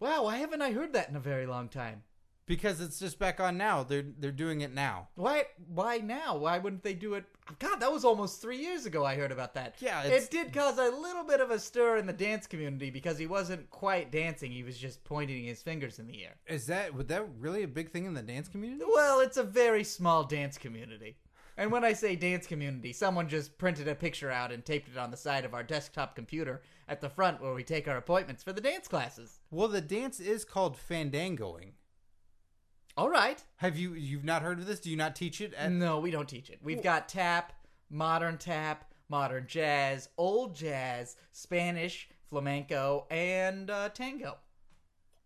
Speaker 2: Wow, why haven't I heard that in a very long time?
Speaker 1: Because it's just back on now. They're they're doing it now.
Speaker 2: Why why now? Why wouldn't they do it? God, that was almost 3 years ago I heard about that.
Speaker 1: Yeah, it's-
Speaker 2: It did cause a little bit of a stir in the dance community because he wasn't quite dancing, he was just pointing his fingers in the air.
Speaker 1: Is that was that really a big thing in the dance community?
Speaker 2: Well, it's a very small dance community. And when I say dance community, someone just printed a picture out and taped it on the side of our desktop computer at the front where we take our appointments for the dance classes.
Speaker 1: Well, the dance is called fandangoing.
Speaker 2: All right.
Speaker 1: Have you you've not heard of this? Do you not teach it? At,
Speaker 2: No, we don't teach it. We've got tap, modern tap, modern jazz, old jazz, Spanish, flamenco, and uh, tango.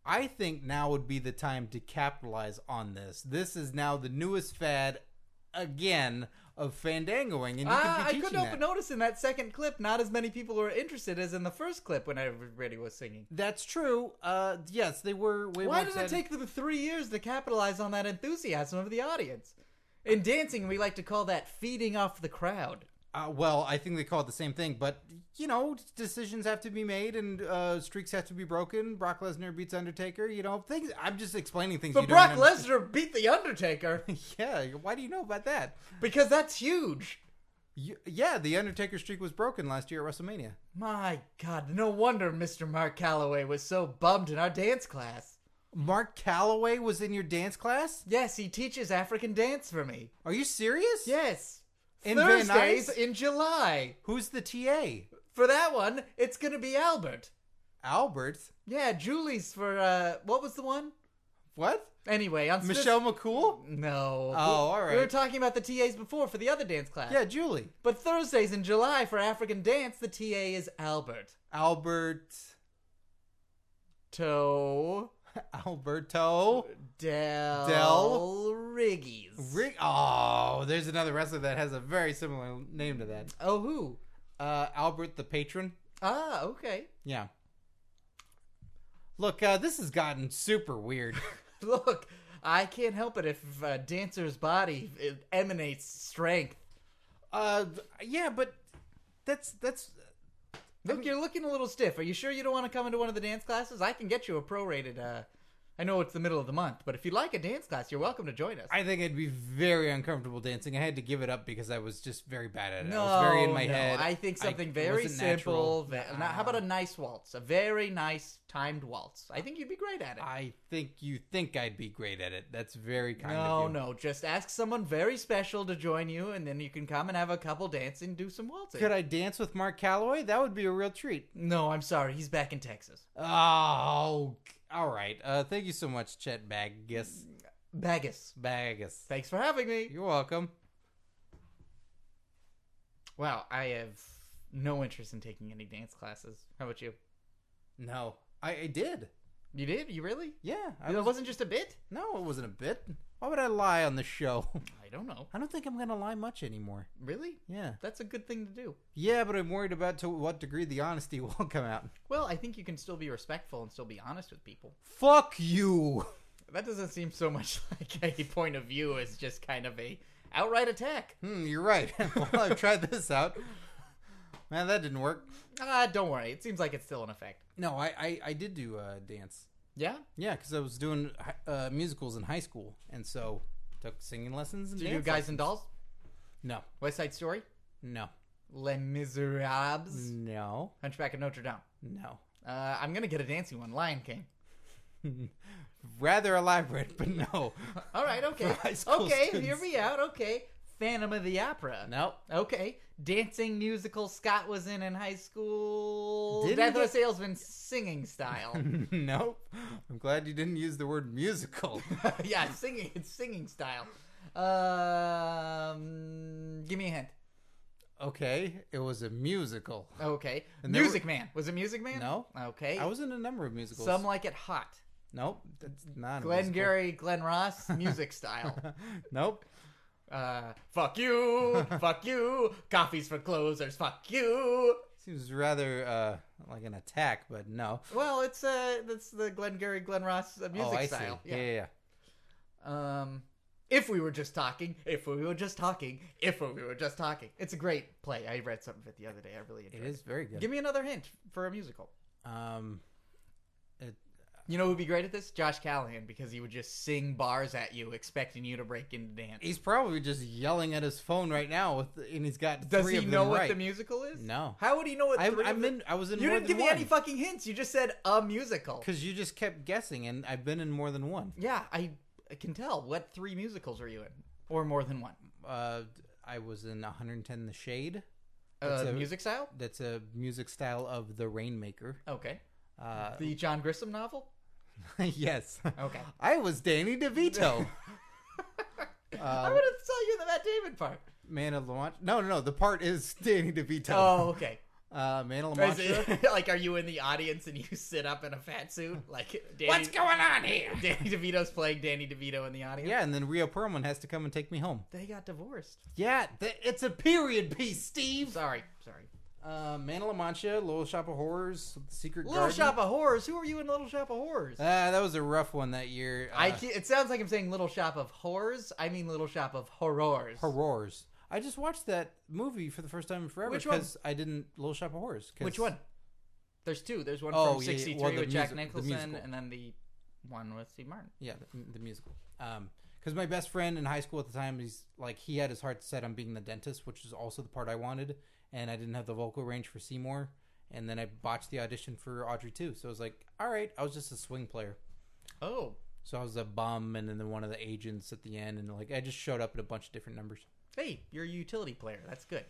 Speaker 1: I think now would be the time to capitalize on this. This is now the newest fad, again of fandangoing, and you could be
Speaker 2: Ah, I
Speaker 1: teaching
Speaker 2: couldn't help
Speaker 1: that.
Speaker 2: but notice in that second clip, not as many people were interested as in the first clip when everybody was singing.
Speaker 1: That's true. Uh, yes, they were. Way
Speaker 2: Why
Speaker 1: more
Speaker 2: did it
Speaker 1: excited-
Speaker 2: take them three years to capitalize on that enthusiasm of the audience? In dancing, we like to call that feeding off the crowd.
Speaker 1: Uh, well, I think they call it the same thing, but you know, decisions have to be made and uh, streaks have to be broken. Brock Lesnar beats Undertaker. You know, things. I'm just explaining things.
Speaker 2: But
Speaker 1: you
Speaker 2: Brock
Speaker 1: don't understand.
Speaker 2: Lesnar beat The Undertaker
Speaker 1: Yeah. Why do you know about that?
Speaker 2: because that's huge.
Speaker 1: You, yeah, the Undertaker streak was broken last year at WrestleMania.
Speaker 2: My God, no wonder Mr. Mark Calloway was so bummed in our dance class.
Speaker 1: Mark Calloway was in your dance class.
Speaker 2: Yes, he teaches African dance for me.
Speaker 1: Are you serious?
Speaker 2: Yes.
Speaker 1: In Van
Speaker 2: Thursdays
Speaker 1: Nuys?
Speaker 2: in July.
Speaker 1: Who's the TA?
Speaker 2: For that one, it's going to be Albert.
Speaker 1: Albert.
Speaker 2: Yeah, Julie's for, uh, what was the one?
Speaker 1: What?
Speaker 2: Anyway, on Smith-
Speaker 1: Michelle McCool. Oh,
Speaker 2: No.
Speaker 1: all right.
Speaker 2: We were talking about the TAs before for the other dance class.
Speaker 1: Yeah, Julie.
Speaker 2: But Thursdays in July for African dance, the TA is Albert.
Speaker 1: Albert.
Speaker 2: To
Speaker 1: Alberto.
Speaker 2: Del,
Speaker 1: Del-
Speaker 2: Riggies.
Speaker 1: Rick. Oh, there's another wrestler that has a very similar name to that.
Speaker 2: oh, who?
Speaker 1: Uh, Albert the Patron.
Speaker 2: Ah, okay.
Speaker 1: Yeah. Look, uh, this has gotten super weird.
Speaker 2: Look, I can't help it if a dancer's body it emanates strength.
Speaker 1: uh, yeah, but that's that's.
Speaker 2: Look, you're looking a little stiff. Are you sure you don't want to come into one of the dance classes? I can get you a prorated, uh, I know it's the middle of the month, but if you like a dance class, you're welcome to join us.
Speaker 1: I think I'd be very uncomfortable dancing. I had to give it up because I was just very bad at it. I was very in my
Speaker 2: no.
Speaker 1: head.
Speaker 2: I think something
Speaker 1: it
Speaker 2: very
Speaker 1: wasn't natural.
Speaker 2: simple. ve- now, how about a nice waltz? A very nice timed waltz. I think you'd be great at it.
Speaker 1: I think you think I'd be great at it. That's very kind
Speaker 2: no,
Speaker 1: of you.
Speaker 2: no. Just ask someone very special to join you, and then you can come and have a couple dance and do some waltzing.
Speaker 1: Could I dance with Mark Calloway? That would be a real treat.
Speaker 2: no, I'm sorry. He's back in Texas.
Speaker 1: Oh, all right. Uh, thank you so much, Chet Baggus.
Speaker 2: Bagus.
Speaker 1: Baggus.
Speaker 2: Thanks for having me.
Speaker 1: You're welcome.
Speaker 2: Wow, I have no interest in taking any dance classes. How about you?
Speaker 1: No. I, I did.
Speaker 2: You did? You really?
Speaker 1: Yeah, I
Speaker 2: it
Speaker 1: was.
Speaker 2: wasn't just a bit?
Speaker 1: No, it wasn't a bit. Why would I lie on the show?
Speaker 2: I don't know.
Speaker 1: I don't think I'm gonna lie much anymore.
Speaker 2: Really?
Speaker 1: Yeah,
Speaker 2: That's a good thing to do.
Speaker 1: yeah, but I'm worried about to what degree the honesty will come out.
Speaker 2: Well, I think you can still be respectful and still be honest with people.
Speaker 1: Fuck you.
Speaker 2: That doesn't seem so much like a point of view as just kind of a outright attack.
Speaker 1: Hmm, you're right. well, I've tried this out. Man, that didn't work.
Speaker 2: Ah, don't worry. It seems like it's still in effect.
Speaker 1: No, I I, I did do uh, dance.
Speaker 2: Yeah?
Speaker 1: Yeah, because I was doing hi- uh, musicals in high school, and so took singing lessons. And
Speaker 2: Do you do
Speaker 1: dance
Speaker 2: Guys
Speaker 1: lessons.
Speaker 2: and Dolls?
Speaker 1: No,
Speaker 2: West Side Story?
Speaker 1: no,
Speaker 2: Les
Speaker 1: Mm.
Speaker 2: Miserables?
Speaker 1: no,
Speaker 2: Hunchback of Notre Dame?
Speaker 1: no.
Speaker 2: Uh, I'm gonna get a dancing one. Lion King.
Speaker 1: Rather elaborate, but no,
Speaker 2: All right, okay,
Speaker 1: high school
Speaker 2: okay, hear
Speaker 1: students.
Speaker 2: me out. Okay, Phantom of the Opera.
Speaker 1: no.
Speaker 2: Okay, dancing musical Scott was in in high school.
Speaker 1: Didn't
Speaker 2: Death of a
Speaker 1: get-
Speaker 2: Salesman singing style.
Speaker 1: nope. I'm glad you didn't use the word musical.
Speaker 2: yeah, singing. It's singing style. Um, give me a hint.
Speaker 1: okay, it was a musical.
Speaker 2: Okay,
Speaker 1: And there
Speaker 2: Music Man was it Music Man?
Speaker 1: No.
Speaker 2: Okay,
Speaker 1: I was in a number of musicals.
Speaker 2: some like it hot.
Speaker 1: Nope, that's not. a
Speaker 2: Glenn
Speaker 1: musical.
Speaker 2: Gary, Glenn Ross, music style.
Speaker 1: Nope.
Speaker 2: Uh, fuck you, fuck you. Coffees for closers, fuck you.
Speaker 1: Seems rather uh, like an attack, but no.
Speaker 2: Well, it's uh, that's the Glengarry Glen Ross uh, music
Speaker 1: oh, I
Speaker 2: style.
Speaker 1: see. Yeah, yeah. yeah.
Speaker 2: Um, if we were just talking, if we were just talking, if we were just talking. It's a great play. I read something of it the other day. I really enjoyed
Speaker 1: It
Speaker 2: it.
Speaker 1: is very good.
Speaker 2: Give me another hint for a musical.
Speaker 1: Um,
Speaker 2: You know who'd be great at this? Josh Callahan, because he would just sing bars at you, expecting you to break into dance.
Speaker 1: he's probably just yelling at his phone right now, with and he's got
Speaker 2: Does
Speaker 1: three
Speaker 2: he
Speaker 1: of them
Speaker 2: know what
Speaker 1: right.
Speaker 2: the musical is?
Speaker 1: No.
Speaker 2: How would he know what
Speaker 1: I,
Speaker 2: three
Speaker 1: I'm
Speaker 2: of
Speaker 1: in. I was in.
Speaker 2: You
Speaker 1: more
Speaker 2: didn't give
Speaker 1: than
Speaker 2: me any fucking hints. You just said a musical.
Speaker 1: because you just kept guessing, and I've been in more than one.
Speaker 2: Yeah, I, I can tell. What three musicals were you in? Or more than one?
Speaker 1: Uh, I was in 110 The Shade.
Speaker 2: Uh,
Speaker 1: That's a-
Speaker 2: music style?
Speaker 1: That's a music style of The Rainmaker.
Speaker 2: Okay.
Speaker 1: Uh,
Speaker 2: The John Grissom novel?
Speaker 1: yes.
Speaker 2: Okay.
Speaker 1: I was Danny DeVito. uh,
Speaker 2: I would have saw you in the Matt Damon part.
Speaker 1: Man of La Mancha. No, no, no. The part is Danny DeVito.
Speaker 2: Oh, okay.
Speaker 1: Uh, Man of La
Speaker 2: Is
Speaker 1: Mancha.
Speaker 2: it- like, are you in the audience and you sit up in a fat suit? Like, Danny,
Speaker 1: What's going on here?
Speaker 2: Danny DeVito's playing Danny DeVito in the audience.
Speaker 1: Yeah, and then Rio Perlman has to come and take me home.
Speaker 2: They got divorced.
Speaker 1: Yeah, th- it's a period piece, Steve.
Speaker 2: Sorry, sorry.
Speaker 1: Uh, Man of La Mancha, Little Shop of Horrors, Secret
Speaker 2: Little
Speaker 1: Garden.
Speaker 2: Shop of Horrors. Who are you in Little Shop of Horrors?
Speaker 1: Ah, that was a rough one that year.
Speaker 2: I
Speaker 1: Uh,
Speaker 2: ke- it sounds like I'm saying Little Shop of Horrors. I mean Little Shop of Horrors.
Speaker 1: Horrors. I just watched that movie for the first time in forever
Speaker 2: Which one?
Speaker 1: because I didn't Little Shop of Horrors. 'cause-
Speaker 2: Which one? There's two. There's one
Speaker 1: Oh,
Speaker 2: from
Speaker 1: yeah, yeah.
Speaker 2: '63
Speaker 1: Well, the
Speaker 2: with
Speaker 1: music-
Speaker 2: Jack
Speaker 1: the
Speaker 2: Nicholson,
Speaker 1: musical.
Speaker 2: and then the one with Steve Martin.
Speaker 1: Yeah, the, the musical. Um, because my best friend in high school at the time, he's like he had his heart set on being the dentist, which is also the part I wanted, and I didn't have the vocal range for Seymour, and then I botched the audition for Audrey too. So I was like, all right, I was just a swing player.
Speaker 2: Oh,
Speaker 1: So I was a bum, and then one of the agents at the end, and like I just showed up at a bunch of different numbers.
Speaker 2: hey, you're a utility player. That's good.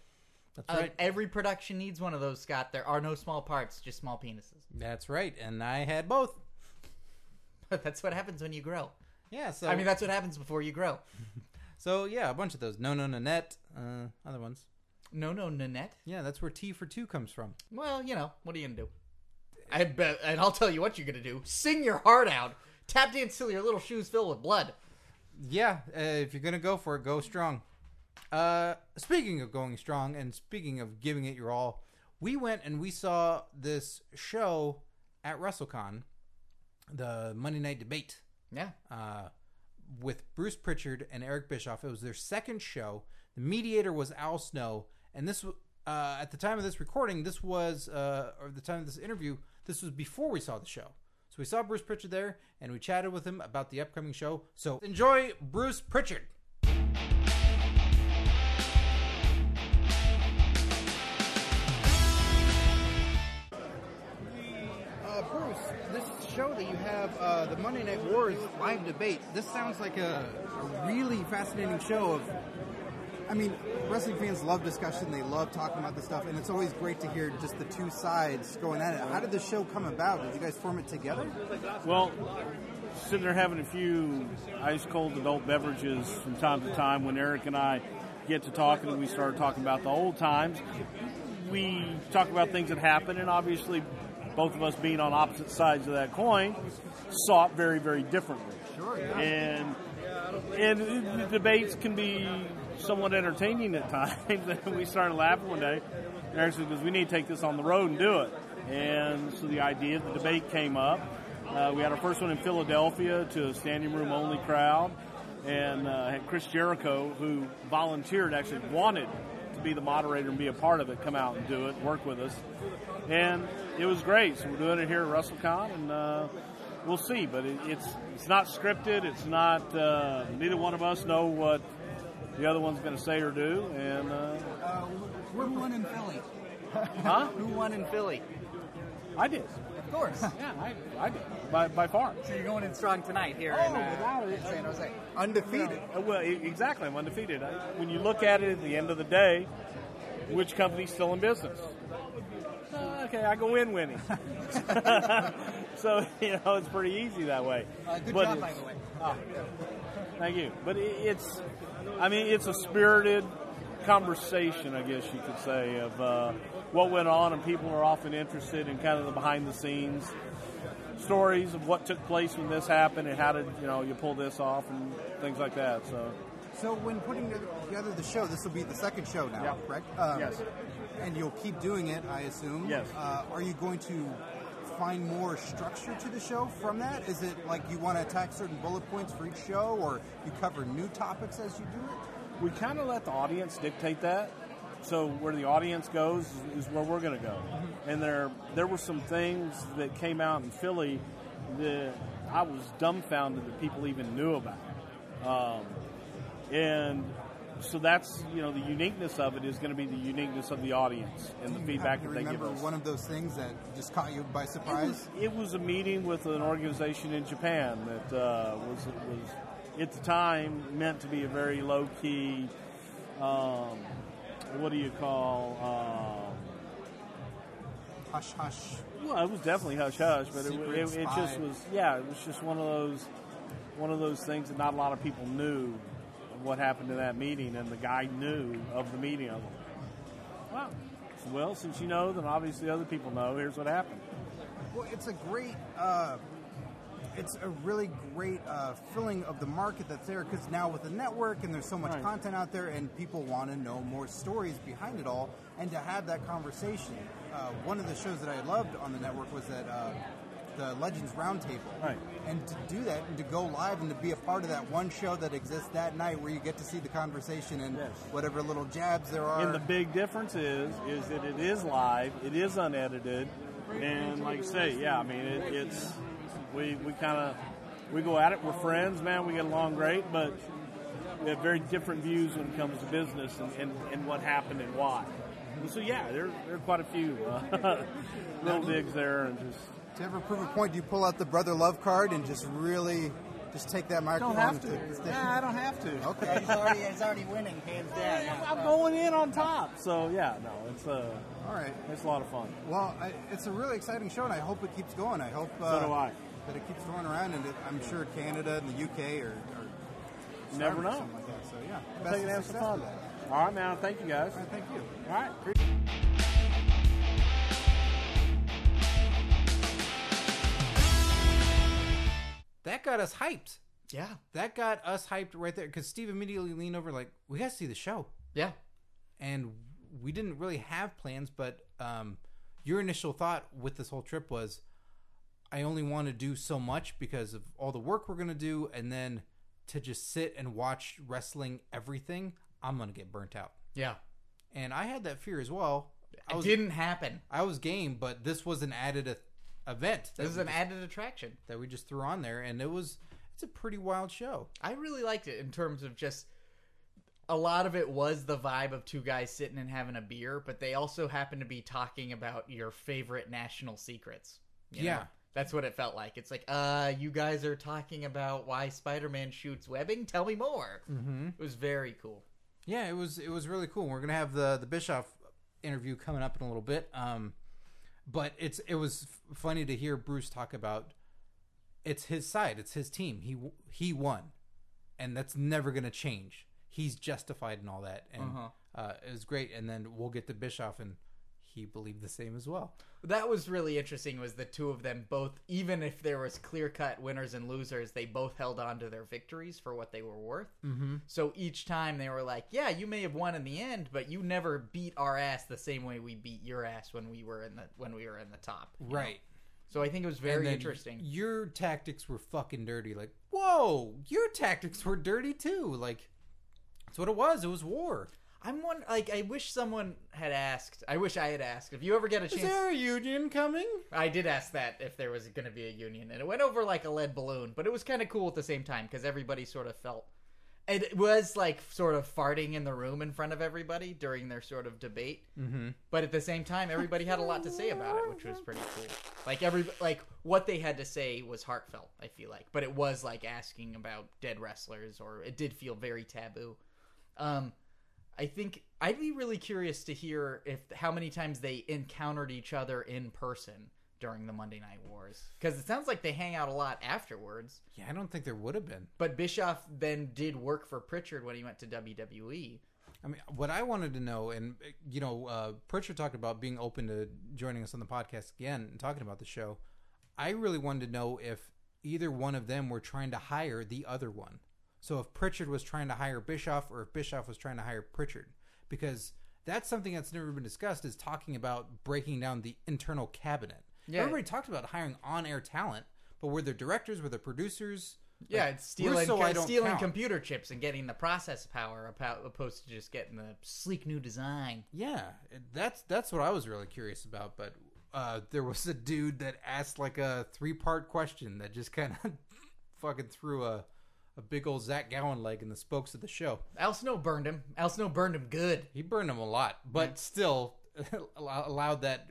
Speaker 1: That's
Speaker 2: Uh,
Speaker 1: right.
Speaker 2: Every production needs one of those, Scott. There are no small parts, just small penises.
Speaker 1: That's right. And I had both.
Speaker 2: But that's what happens when you grow.
Speaker 1: Yeah. So
Speaker 2: I mean, that's what happens before you grow.
Speaker 1: so yeah, a bunch of those. No, no, Nanette. Uh, other ones.
Speaker 2: No, no, Nanette.
Speaker 1: Yeah, that's where T for two comes from.
Speaker 2: Well, you know, what are you gonna do? I bet, and I'll tell you what you're gonna do: sing your heart out, tap dance till your little shoes fill with blood.
Speaker 1: Yeah, uh, if you're gonna go for it, go strong. Uh, speaking of going strong, and speaking of giving it your all, we went and we saw this show at WrestleCon, the Monday Night Debate,
Speaker 2: Yeah,
Speaker 1: uh, with Bruce Pritchard and Eric Bischoff. It was their second show. The mediator was Al Snow, and this w- uh, at the time of this recording, this was uh, or the time of this interview, this was before we saw the show. So we saw Bruce Pritchard there, and we chatted with him about the upcoming show. So enjoy Bruce Pritchard. Uh, Bruce, this show that you have, uh, the Monday Night Wars live debate, this sounds like a, a really fascinating show. Of, I mean, wrestling fans love discussion; they love talking about this stuff, and it's always great to hear just the two sides going at it. How did the show come about? Did you guys form it together?
Speaker 3: Well, sitting there having a few ice cold adult beverages from time to time when Eric and I get to talking and we start talking about the old times. We talk about things that happen and obviously both of us being on opposite sides of that coin, saw it very, very differently. Sure. And and the debates can be somewhat entertaining at times. we started laughing one day. Eric said, "Because we need to take this on the road and do it." And so the idea, of the debate came up. Uh, we had our first one in Philadelphia to a standing room only crowd, and uh, had Chris Jericho, who volunteered, actually wanted to be the moderator and be a part of it, come out and do it, work with us, and it was great. So we're doing it here at WrestleCon, and. Uh, we'll see. But it, it's it's not scripted. It's not. Uh, neither one of us know what the other one's going to say or do. And uh,
Speaker 4: Who won in Philly?
Speaker 3: huh?
Speaker 2: Who won in Philly?
Speaker 3: I did.
Speaker 4: Of course.
Speaker 3: Yeah, I, I did by by far.
Speaker 4: so you're going in strong tonight here in,
Speaker 2: Oh.
Speaker 4: uh, in San Jose. Undefeated.
Speaker 3: Uh, Well, e- exactly. I'm undefeated. I, when you look at it at the end of the day, which company's still in business? Uh, okay, I go in winning. so you know it's pretty easy that way.
Speaker 4: Uh, good
Speaker 3: But
Speaker 4: job, by
Speaker 3: it's- Oh,
Speaker 4: the way.
Speaker 3: Thank you. But i it's, I mean, it's a spirited conversation, I guess you could say, of uh, what went on, and people are often interested in kind of the behind the scenes stories of what took place when this happened and how did you know you pull this off and things like that. So
Speaker 4: So when putting together the show, this will be the second show now,
Speaker 3: Yeah.
Speaker 4: correct?
Speaker 1: Uh,
Speaker 4: Um,
Speaker 3: Yes.
Speaker 4: And you'll keep doing it, I assume.
Speaker 3: Yes.
Speaker 4: Uh, are you going to find more structure to the show from that? Is it like you want to attack certain bullet points for each show, or you cover new topics as you do it?
Speaker 3: we kind of let the audience dictate that. So where the audience goes is where we're going to go.
Speaker 4: Mm-hmm.
Speaker 3: And there there were some things that came out in Philly that I was dumbfounded that people even knew about. Um, and so that's you know the uniqueness of it is going to be the uniqueness of the audience and the feedback
Speaker 4: Do
Speaker 3: that
Speaker 4: you
Speaker 3: they give
Speaker 4: Mm-hmm. remember
Speaker 3: us.
Speaker 4: one of those things that just caught you by
Speaker 3: It
Speaker 4: surprise?
Speaker 3: was, it was a meeting with an organization in Japan that uh, was was at the time meant to be a very low key. Um, what do you call?
Speaker 4: Hush, hush.
Speaker 3: Um, well, it was definitely hush hush, but it,
Speaker 4: Secret
Speaker 3: it, it
Speaker 4: spy.
Speaker 3: just was. Yeah, it was just one of those one of those things that not a lot of people knew what happened in that meeting, and the guy knew of the meeting. I was like, wow. Well, since you know, then obviously other people know. Here's what happened.
Speaker 4: Well, it's a great, uh, it's a really great uh, filling of the market that's there because now with the network and there's so much
Speaker 3: Right.
Speaker 4: content out there and people want to know more stories behind it all and to have that conversation. Uh, one of the shows that I loved on the network was that uh, the Legends Roundtable.
Speaker 3: Right.
Speaker 4: And to do that and to go live and to be a part of that one show that exists that night where you get to see the conversation and
Speaker 3: Yes.
Speaker 4: whatever little jabs there are.
Speaker 3: And the big difference is, is that it is live, it is unedited, and like I say, yeah, I mean, it, it's we we kind of we go at it. We're friends, man. We get along great, but we have very different views when it comes to business and, and, and what happened and why. And so yeah, there there are quite a few uh, little digs there, and just
Speaker 4: To ever prove a point, do you pull out the brother love card and just really just take that microphone? and take-
Speaker 3: I don't have to.
Speaker 4: Okay.
Speaker 5: He's already, he's already winning, hands down.
Speaker 3: I'm going in on top. So yeah, no, it's uh,
Speaker 4: All right.
Speaker 3: it's a lot of fun.
Speaker 4: Well, I, it's a really exciting show, and I hope it keeps going. I hope uh,
Speaker 3: So do I.
Speaker 4: that it keeps going around, and it, I'm sure Canada and the UK are. are
Speaker 3: Never
Speaker 4: starving for
Speaker 3: know.
Speaker 4: Something like that. So yeah,
Speaker 3: Take
Speaker 4: best
Speaker 3: it
Speaker 4: of
Speaker 3: as
Speaker 4: success
Speaker 3: fun.
Speaker 4: with that.
Speaker 3: All right, man. Thank you guys.
Speaker 4: All right, thank you.
Speaker 3: All right.
Speaker 1: That got us hyped.
Speaker 2: Yeah.
Speaker 1: That got us hyped right there because Steve immediately leaned over like, "We got to see the show,"
Speaker 2: Yeah.
Speaker 1: and we didn't really have plans. But um, your initial thought with this whole trip was, "I only want to do so much because of all the work we're gonna do, and then to just sit and watch wrestling everything, I'm gonna get burnt out."
Speaker 2: Yeah.
Speaker 1: And I had that fear as well. I
Speaker 2: It
Speaker 1: was
Speaker 2: didn't happen.
Speaker 1: I was game, but this was an added a- event that
Speaker 2: This is
Speaker 1: we
Speaker 2: an
Speaker 1: just-
Speaker 2: added attraction.
Speaker 1: that we just threw on there, and it was it's a pretty wild show.
Speaker 2: I really liked it in terms of just a lot of it was the vibe of two guys sitting and having a beer, but they also happened to be talking about your favorite national secrets. you
Speaker 1: Yeah.
Speaker 2: know? That's what it felt like. It's like, uh, you guys are talking about why Spider Man shoots webbing? Tell me more. Mm-hmm. It was very cool.
Speaker 1: Yeah, it was it was really cool. We're gonna have the the Bischoff interview coming up in a little bit. Um, but it's it was f- funny to hear Bruce talk about it's his side, it's his team. He w- he won, and that's never gonna change.
Speaker 2: Uh-huh.
Speaker 1: He's justified in all that, and uh it was great. And then we'll get to Bischoff, and he believed the same as well.
Speaker 2: That was really interesting. Was the two of them both, even if there was clear cut winners and losers, they both held on to their victories for what they were worth. Mm-hmm. So each time they were like, "Yeah, you may have won in the end, but you never beat our ass the same way we beat your ass when we were in the when we were in the top." you know?
Speaker 1: Right.
Speaker 2: So I think it was
Speaker 1: And
Speaker 2: very
Speaker 1: then
Speaker 2: interesting.
Speaker 1: Your tactics were fucking dirty. Like, whoa, your tactics were dirty too. Like, that's what it was. It was war.
Speaker 2: I'm one like I wish someone had asked. I wish I had asked. If you ever get a
Speaker 1: Is
Speaker 2: chance,
Speaker 1: there a union coming?
Speaker 2: I did ask that if there was going to be a union, and it went over like a lead balloon. But it was kind of cool at the same time because everybody sort of felt it was like sort of farting in the room in front of everybody during their sort of debate. Mm-hmm. But at the same time, everybody had a lot to say about it, which was pretty cool. Like every like what they had to say was heartfelt. I feel like, but it was like asking about dead wrestlers, or it did feel very taboo. Um, I think I'd be really curious to hear if how many times they encountered each other in person during the Monday Night Wars because it sounds like they hang out a lot afterwards.
Speaker 1: Yeah, I don't think there would have been.
Speaker 2: But Bischoff then did work for Pritchard when he went to E. WWE.
Speaker 1: I mean, what I wanted to know, and uh, you know, uh, Pritchard talked about being open to joining us on the podcast again and talking about the show. I really wanted to know if either one of them were trying to hire the other one. So if Pritchard was trying to hire Bischoff, or if Bischoff was trying to hire Pritchard, because that's something that's never been discussed is talking about breaking down the internal cabinet.
Speaker 2: Yeah.
Speaker 1: Everybody talked about hiring on-air talent, but were there directors? Were there producers?
Speaker 2: Yeah,
Speaker 1: Like,
Speaker 2: it's stealing
Speaker 1: Russo, I don't
Speaker 2: stealing
Speaker 1: count.
Speaker 2: computer chips and getting the process power apo- opposed to just getting the sleek new design.
Speaker 1: Yeah, it- that's that's what I was really curious about. But uh, there was a dude that asked like a three part question that just kind of fucking threw a a big old Zach Gowan leg in the spokes of the show.
Speaker 2: Al Snow burned him. Al Snow burned him good.
Speaker 1: He burned him a lot,
Speaker 2: Mm-hmm.
Speaker 1: but still allow- allowed that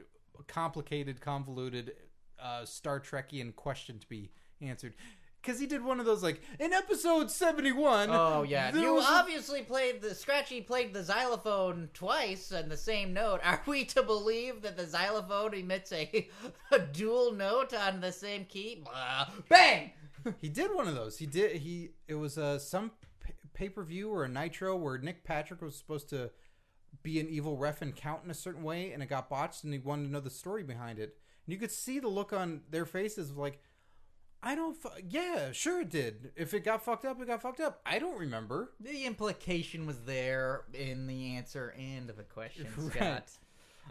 Speaker 1: complicated, convoluted uh, Star Trekian question to be answered. Because he did one of those like in episode seventy one.
Speaker 2: Oh yeah,
Speaker 1: there
Speaker 2: you
Speaker 1: was a-
Speaker 2: obviously played the Scratchy played the xylophone twice on the same note. Are we to believe that the xylophone emits a, a dual note on the same key? Blah. Bang!
Speaker 1: He did one of those. He did. He it was uh, some pay per view or a Nitro where Nick Patrick was supposed to be an evil ref and count in a certain way, and it got botched, and he wanted to know the story behind it. And you could see the look on their faces of like, I don't. Fu- yeah, sure it did. If it got fucked up, it got fucked up. I don't remember.
Speaker 2: The implication was there in the answer and the question, Scott.
Speaker 1: Right.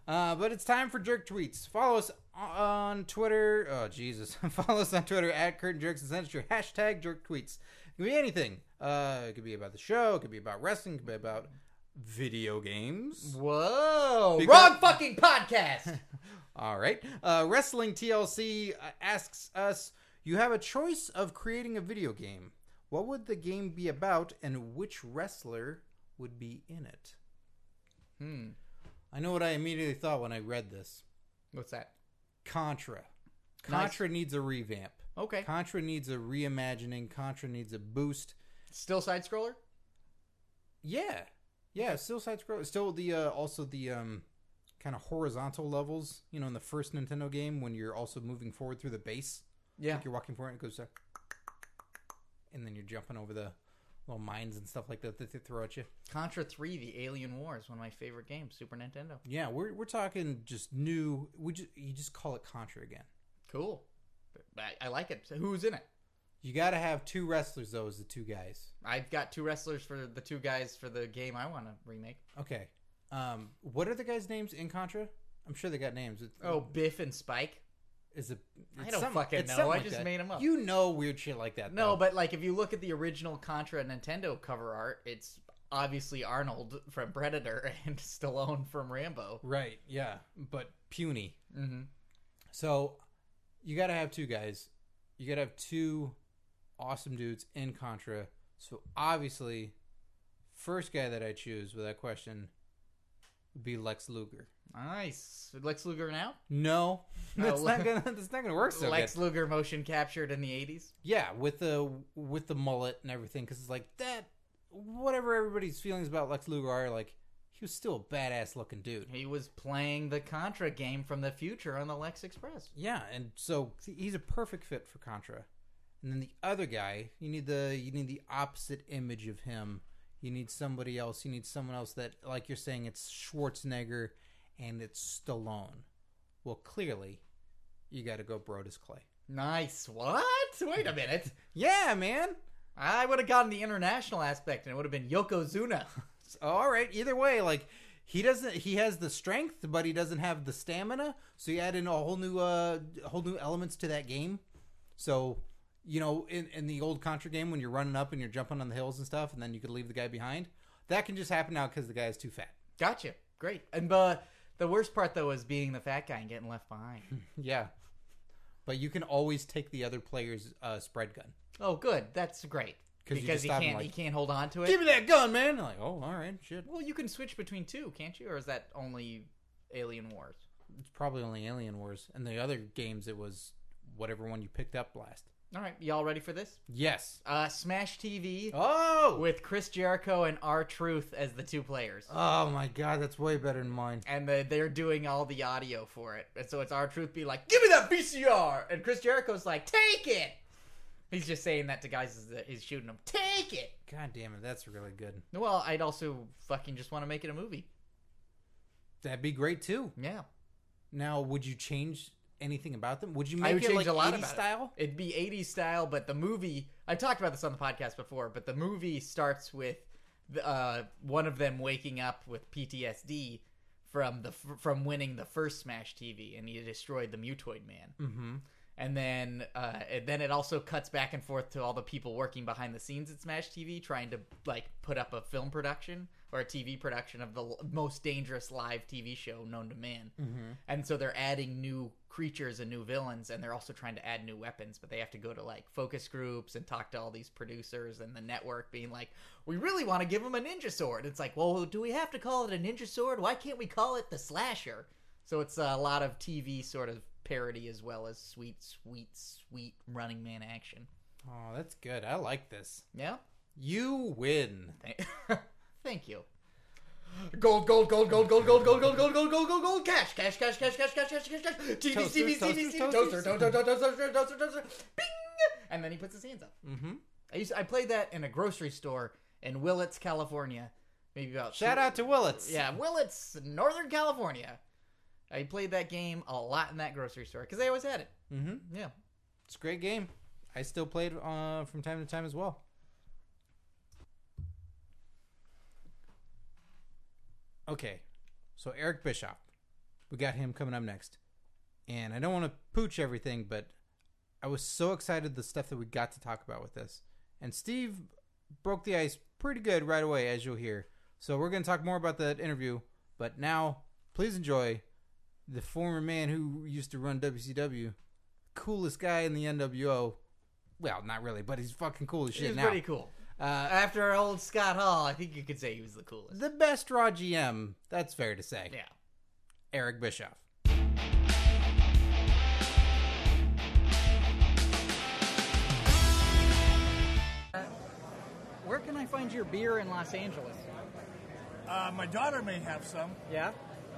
Speaker 1: Uh, but it's time for jerk tweets. Follow us on Twitter. Oh Jesus! Follow us on Twitter at Curtain Jerks and send us your hashtag jerk tweets. It could be anything. Uh, it could be about the show. It could be about wrestling. It could be about video games.
Speaker 2: Whoa!
Speaker 1: Because-
Speaker 2: Wrong fucking podcast.
Speaker 1: All right. Uh, Wrestling TLC uh, asks us: You have a choice of creating a video game. What would the game be about, and which wrestler would be in it?
Speaker 2: hmm.
Speaker 1: I know what I immediately thought when I read this.
Speaker 2: What's that?
Speaker 1: Contra. Contra needs a revamp.
Speaker 2: Okay.
Speaker 1: Contra needs a reimagining. Contra needs a boost.
Speaker 2: Still side scroller.
Speaker 1: Yeah, yeah. Still side scroll. Still the uh, also the um, kind of horizontal levels. You know, in the first Nintendo game, when you're also moving forward through the base,
Speaker 2: Yeah.
Speaker 1: like you're walking forward, and it goes, there, and then you're jumping over the little mines and stuff like that that they throw at you.
Speaker 2: Contra Three: The Alien Wars, one of my favorite games, Super Nintendo.
Speaker 1: Yeah, we're we're talking just new. We just you just call it Contra again.
Speaker 2: Cool. I, I like it. So who's in it?
Speaker 1: You got to have two wrestlers though, as the two guys.
Speaker 2: I've got two wrestlers for the two guys for the game I want to remake.
Speaker 1: Okay. Um, what are the guys' names in Contra? I'm sure they got names. It's,
Speaker 2: Oh, Biff and Spike.
Speaker 1: is it?
Speaker 2: I
Speaker 1: it's
Speaker 2: don't
Speaker 1: something-
Speaker 2: fucking
Speaker 1: it's
Speaker 2: know.
Speaker 1: something
Speaker 2: I
Speaker 1: like
Speaker 2: just
Speaker 1: that.
Speaker 2: made 'em up.
Speaker 1: You know weird shit like that.
Speaker 2: No,
Speaker 1: though.
Speaker 2: but like if you look at the original Contra Nintendo cover art, it's obviously Arnold from Predator and Stallone from Rambo.
Speaker 1: right, yeah, but puny.
Speaker 2: Mm-hmm.
Speaker 1: So you got to have two guys. You got to have two awesome dudes in Contra. So obviously, first guy that I choose with that question would be Lex Luger.
Speaker 2: Nice. Lex Luger now?
Speaker 1: No,
Speaker 2: No,
Speaker 1: that's not
Speaker 2: Le-
Speaker 1: gonna. That's not gonna work so good.
Speaker 2: Lex Luger motion captured in the 80s.
Speaker 1: Yeah, with the with the mullet and everything, because it's like that. Whatever everybody's feelings about Lex Luger are, like he was still a badass looking dude.
Speaker 2: He was playing the Contra game from the future on the Lex Express.
Speaker 1: Yeah, and so he's a perfect fit for Contra. And then the other guy, you need the you need the opposite image of him. You need somebody else. You need someone else that, like you're saying, it's Schwarzenegger and it's Stallone. Well, clearly, you got to go Brodus Clay.
Speaker 2: Nice. What? Wait a minute.
Speaker 1: Yeah, man.
Speaker 2: I would have gotten the international aspect, and it would have been Yokozuna.
Speaker 1: So, Oh, all right. Either way, like he doesn't. He has the strength, but he doesn't have the stamina. So you add in a whole new, uh, whole new elements to that game. So you know, in in the old Contra game, when you're running up and you're jumping on the hills and stuff, and then you could leave the guy behind. That can just happen now because the guy is too fat.
Speaker 2: Gotcha. Great. And but the worst part though is being the fat guy and getting left behind.
Speaker 1: Hmm. Yeah. But you can always take the other player's uh, spread gun.
Speaker 2: oh, good. That's great.
Speaker 1: 'Cause you
Speaker 2: Because
Speaker 1: just
Speaker 2: he
Speaker 1: stop him,
Speaker 2: can't
Speaker 1: like-
Speaker 2: he can't hold on to it.
Speaker 1: Give me that gun, man. Like, oh, all right, shit.
Speaker 2: Well, you can switch between two, can't you? Or is that only Alien Wars?
Speaker 1: It's probably only Alien Wars. And the other games, it was whatever one you picked up last.
Speaker 2: All right, y'all ready for this?
Speaker 1: Yes.
Speaker 2: Uh, Smash TV
Speaker 1: Oh.
Speaker 2: with Chris Jericho and R Truth as the two players.
Speaker 1: Oh my god, that's way better than mine.
Speaker 2: and the, they're doing all the audio for it. And so it's our truth be like, "Give me that VCR," and Chris Jericho's like, "Take it." He's just saying that to guys as he's shooting them. Take it.
Speaker 1: God damn it, that's really good.
Speaker 2: Well, I'd also fucking just want to make it a movie.
Speaker 1: That'd be great too.
Speaker 2: Yeah,
Speaker 1: Now, would you change anything about them? Would you make
Speaker 2: I would
Speaker 1: it
Speaker 2: change
Speaker 1: like
Speaker 2: a lot
Speaker 1: 80s
Speaker 2: about
Speaker 1: style?
Speaker 2: It. would be '80s style, but the movie. I've talked about this on the podcast before, but the movie starts with the, uh, one of them waking up with PTSD from the f- from winning the first Smash TV, and he destroyed the Mutoid Man.
Speaker 1: Mm-hmm.
Speaker 2: and then uh, and then it also cuts back and forth to all the people working behind the scenes at Smash TV trying to like put up a film production or a TV production of the l- most dangerous live TV show known to man. And so they're adding new creatures and new villains, and they're also trying to add new weapons. But they have to go to like focus groups and talk to all these producers and the network, being like, "We really want to give them a ninja sword." It's like, well, do we have to call it a ninja sword? Why can't we call it the slasher? So it's a lot of TV sort of parody as well as sweet, sweet, sweet Running Man action.
Speaker 1: Oh, that's good. I like this.
Speaker 2: Yeah.
Speaker 1: You win.
Speaker 2: Thank, Thank you. Gold, gold, gold, gold, gold, gold, gold, gold, gold, gold, gold, gold, gold, cash, cash, cash, cash, cash, cash, cash, cash, cash, TV,
Speaker 1: Toasters,
Speaker 2: TV, TV,
Speaker 1: toasters,
Speaker 2: TV,
Speaker 1: toasters.
Speaker 2: toaster, toaster, toaster, toaster, toaster, toaster, bing, and then he puts his hands up.
Speaker 1: Mm-hmm.
Speaker 2: I used I played that in a grocery store in Willits, California, maybe about
Speaker 1: Shout
Speaker 2: two-
Speaker 1: out to Willits.
Speaker 2: Yeah, Willits, Northern California. I played that game a lot in that grocery store because they always had it.
Speaker 1: Mm-hmm.
Speaker 2: Yeah.
Speaker 1: It's a great game. I still play it uh, from time to time as well. Okay, so Eric Bischoff. We got him coming up next. And I don't want to pooch everything, but I was so excited the stuff that we got to talk about with this. And Steve broke the ice pretty good right away, as you'll hear. So we're going to talk more about that interview. But now, please enjoy the former man who used to run WCW, coolest guy in the NWO. Well, not really, but he's fucking cool as shit
Speaker 2: He was
Speaker 1: now.
Speaker 2: pretty cool. uh, After old Scott Hall, I think you could say he was the coolest.
Speaker 1: The best Raw GM, that's fair to say.
Speaker 2: Yeah.
Speaker 1: Eric Bischoff.
Speaker 6: Where can I find your beer in Los Angeles?
Speaker 3: Uh, my daughter may have some,
Speaker 6: Yeah?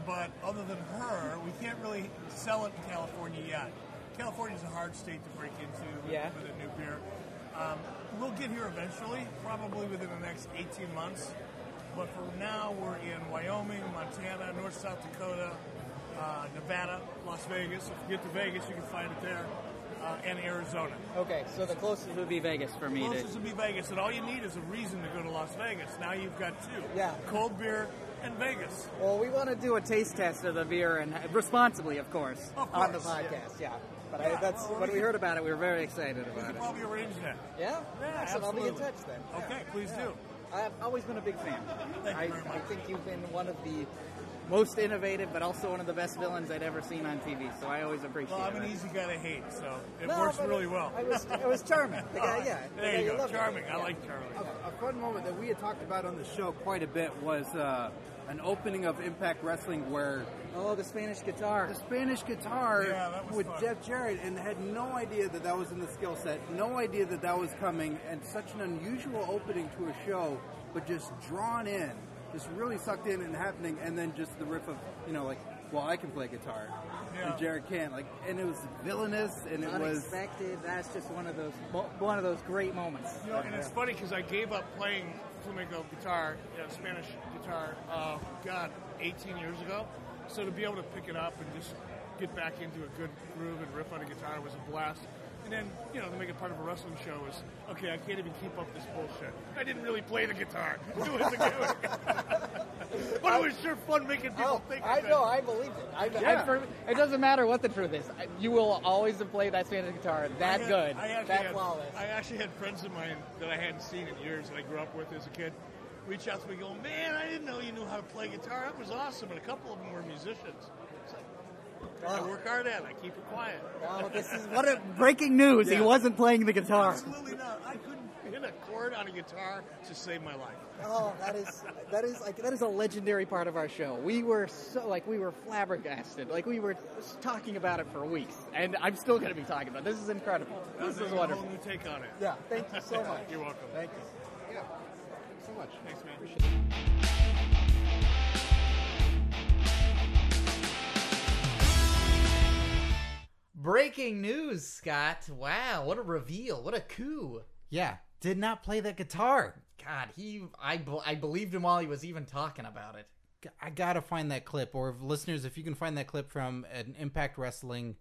Speaker 3: but other than her, we can't really sell it in California yet. California's a hard state to break into with,
Speaker 6: Yeah.
Speaker 3: with a new beer. Um, we'll get here eventually, probably within the next 18 months. But for now, we're in Wyoming, Montana, North South Dakota, uh, Nevada, Las Vegas. If you get to Vegas, you can find it there, uh, and Arizona.
Speaker 6: Okay, so the closest would be Vegas for me.
Speaker 3: Closest would be Vegas, and all you need is a reason to go to Las Vegas. Now you've got two:
Speaker 6: Yeah.
Speaker 3: cold beer and Vegas.
Speaker 6: well, we want to do a taste test of the beer, and uh, responsibly, of course,
Speaker 3: Of
Speaker 6: on the
Speaker 3: course, yeah.
Speaker 6: podcast, yeah. But I,
Speaker 3: Yeah,
Speaker 6: that's
Speaker 3: well,
Speaker 6: when
Speaker 3: we
Speaker 6: we
Speaker 3: can-
Speaker 6: heard about it, we were very excited
Speaker 3: We
Speaker 6: about
Speaker 3: could
Speaker 6: it.
Speaker 3: probably arrange that.
Speaker 6: Yeah?
Speaker 3: Yeah,
Speaker 6: Excellent. I'll be in
Speaker 3: absolutely.
Speaker 6: touch then.
Speaker 3: Okay,
Speaker 6: Yeah,
Speaker 3: please
Speaker 6: yeah.
Speaker 3: do.
Speaker 6: I've always been a big fan.
Speaker 3: Thank you
Speaker 6: I,
Speaker 3: very
Speaker 6: I
Speaker 3: much.
Speaker 6: think you've been one of the most innovative, but also one of the best villains I'd ever seen on TV. So I always appreciate
Speaker 3: Well, I'm
Speaker 6: it.
Speaker 3: an easy guy to hate, so it
Speaker 6: No,
Speaker 3: works
Speaker 6: but
Speaker 3: really
Speaker 6: it-
Speaker 3: well.
Speaker 6: It was, it was charming. The guy, yeah. the guy
Speaker 3: There you go,
Speaker 6: loved it.
Speaker 3: charming. I
Speaker 6: Yeah.
Speaker 3: like charming.
Speaker 4: A fun moment that we had talked about on the show quite a bit was uh, an opening of Impact Wrestling where
Speaker 6: Oh, the Spanish guitar.
Speaker 4: the Spanish guitar
Speaker 3: Yeah, that was
Speaker 4: with
Speaker 3: fun.
Speaker 4: Jeff Jarrett and had no idea that that was in the skill set, no idea that that was coming, and such an unusual opening to a show, but just drawn in, just really sucked in and happening, and then just the riff of you know like. Well, I can play guitar,
Speaker 3: Yeah.
Speaker 4: and Jarrett can't. Like, and it was villainous, and it was
Speaker 6: Unexpected. That's just one of those mo- one of those great moments.
Speaker 3: You know, and it's funny because I gave up playing
Speaker 7: uh,
Speaker 3: flamenco guitar, you know, Spanish guitar, uh, God, 18 years ago.
Speaker 7: So to be able to pick it up and just get back into a good groove and riff on a guitar was a blast. And then, you know, to make it part of a wrestling show is, okay, I can't even keep up this bullshit. I didn't really play the guitar. It was a good- but it was sure fun making people
Speaker 5: Oh,
Speaker 7: think
Speaker 5: I
Speaker 7: of it.
Speaker 5: know. I believe it. I, I,
Speaker 7: Yeah.
Speaker 5: for, it doesn't matter what the truth is. I, you will always have played that standard guitar that
Speaker 7: I had-
Speaker 5: good,
Speaker 7: I actually
Speaker 5: that
Speaker 7: had,
Speaker 5: flawless.
Speaker 7: I actually had friends of mine that I hadn't seen in years that I grew up with as a kid reach out to me go, man, I didn't know you knew how to play guitar. That was awesome. And a couple of them were musicians. It's like, I work hard at it. I keep it quiet.
Speaker 5: wow, Oh. this is what a breaking news. He wasn't playing the guitar.
Speaker 7: Absolutely not. I couldn't hit a chord on a guitar to save my life.
Speaker 5: Oh, that is that is like that is a legendary part of our show. We were so like we were flabbergasted, like we were talking about it for weeks, and I'm still going to be talking about. It. This is incredible. This
Speaker 7: There's
Speaker 5: is
Speaker 7: a
Speaker 5: wonderful.
Speaker 7: whole new take on it.
Speaker 5: Yeah, thank you so much.
Speaker 7: You're welcome.
Speaker 5: Thank you.
Speaker 1: so much.
Speaker 7: Thanks, man.
Speaker 2: Breaking news, Scott. Wow, what a reveal. What a coup.
Speaker 1: Yeah, did not play that guitar.
Speaker 2: God, he I, bel- I believed him while he was even talking about it.
Speaker 1: I gotta find that clip, or if listeners, if you can find that clip from an Impact Wrestling,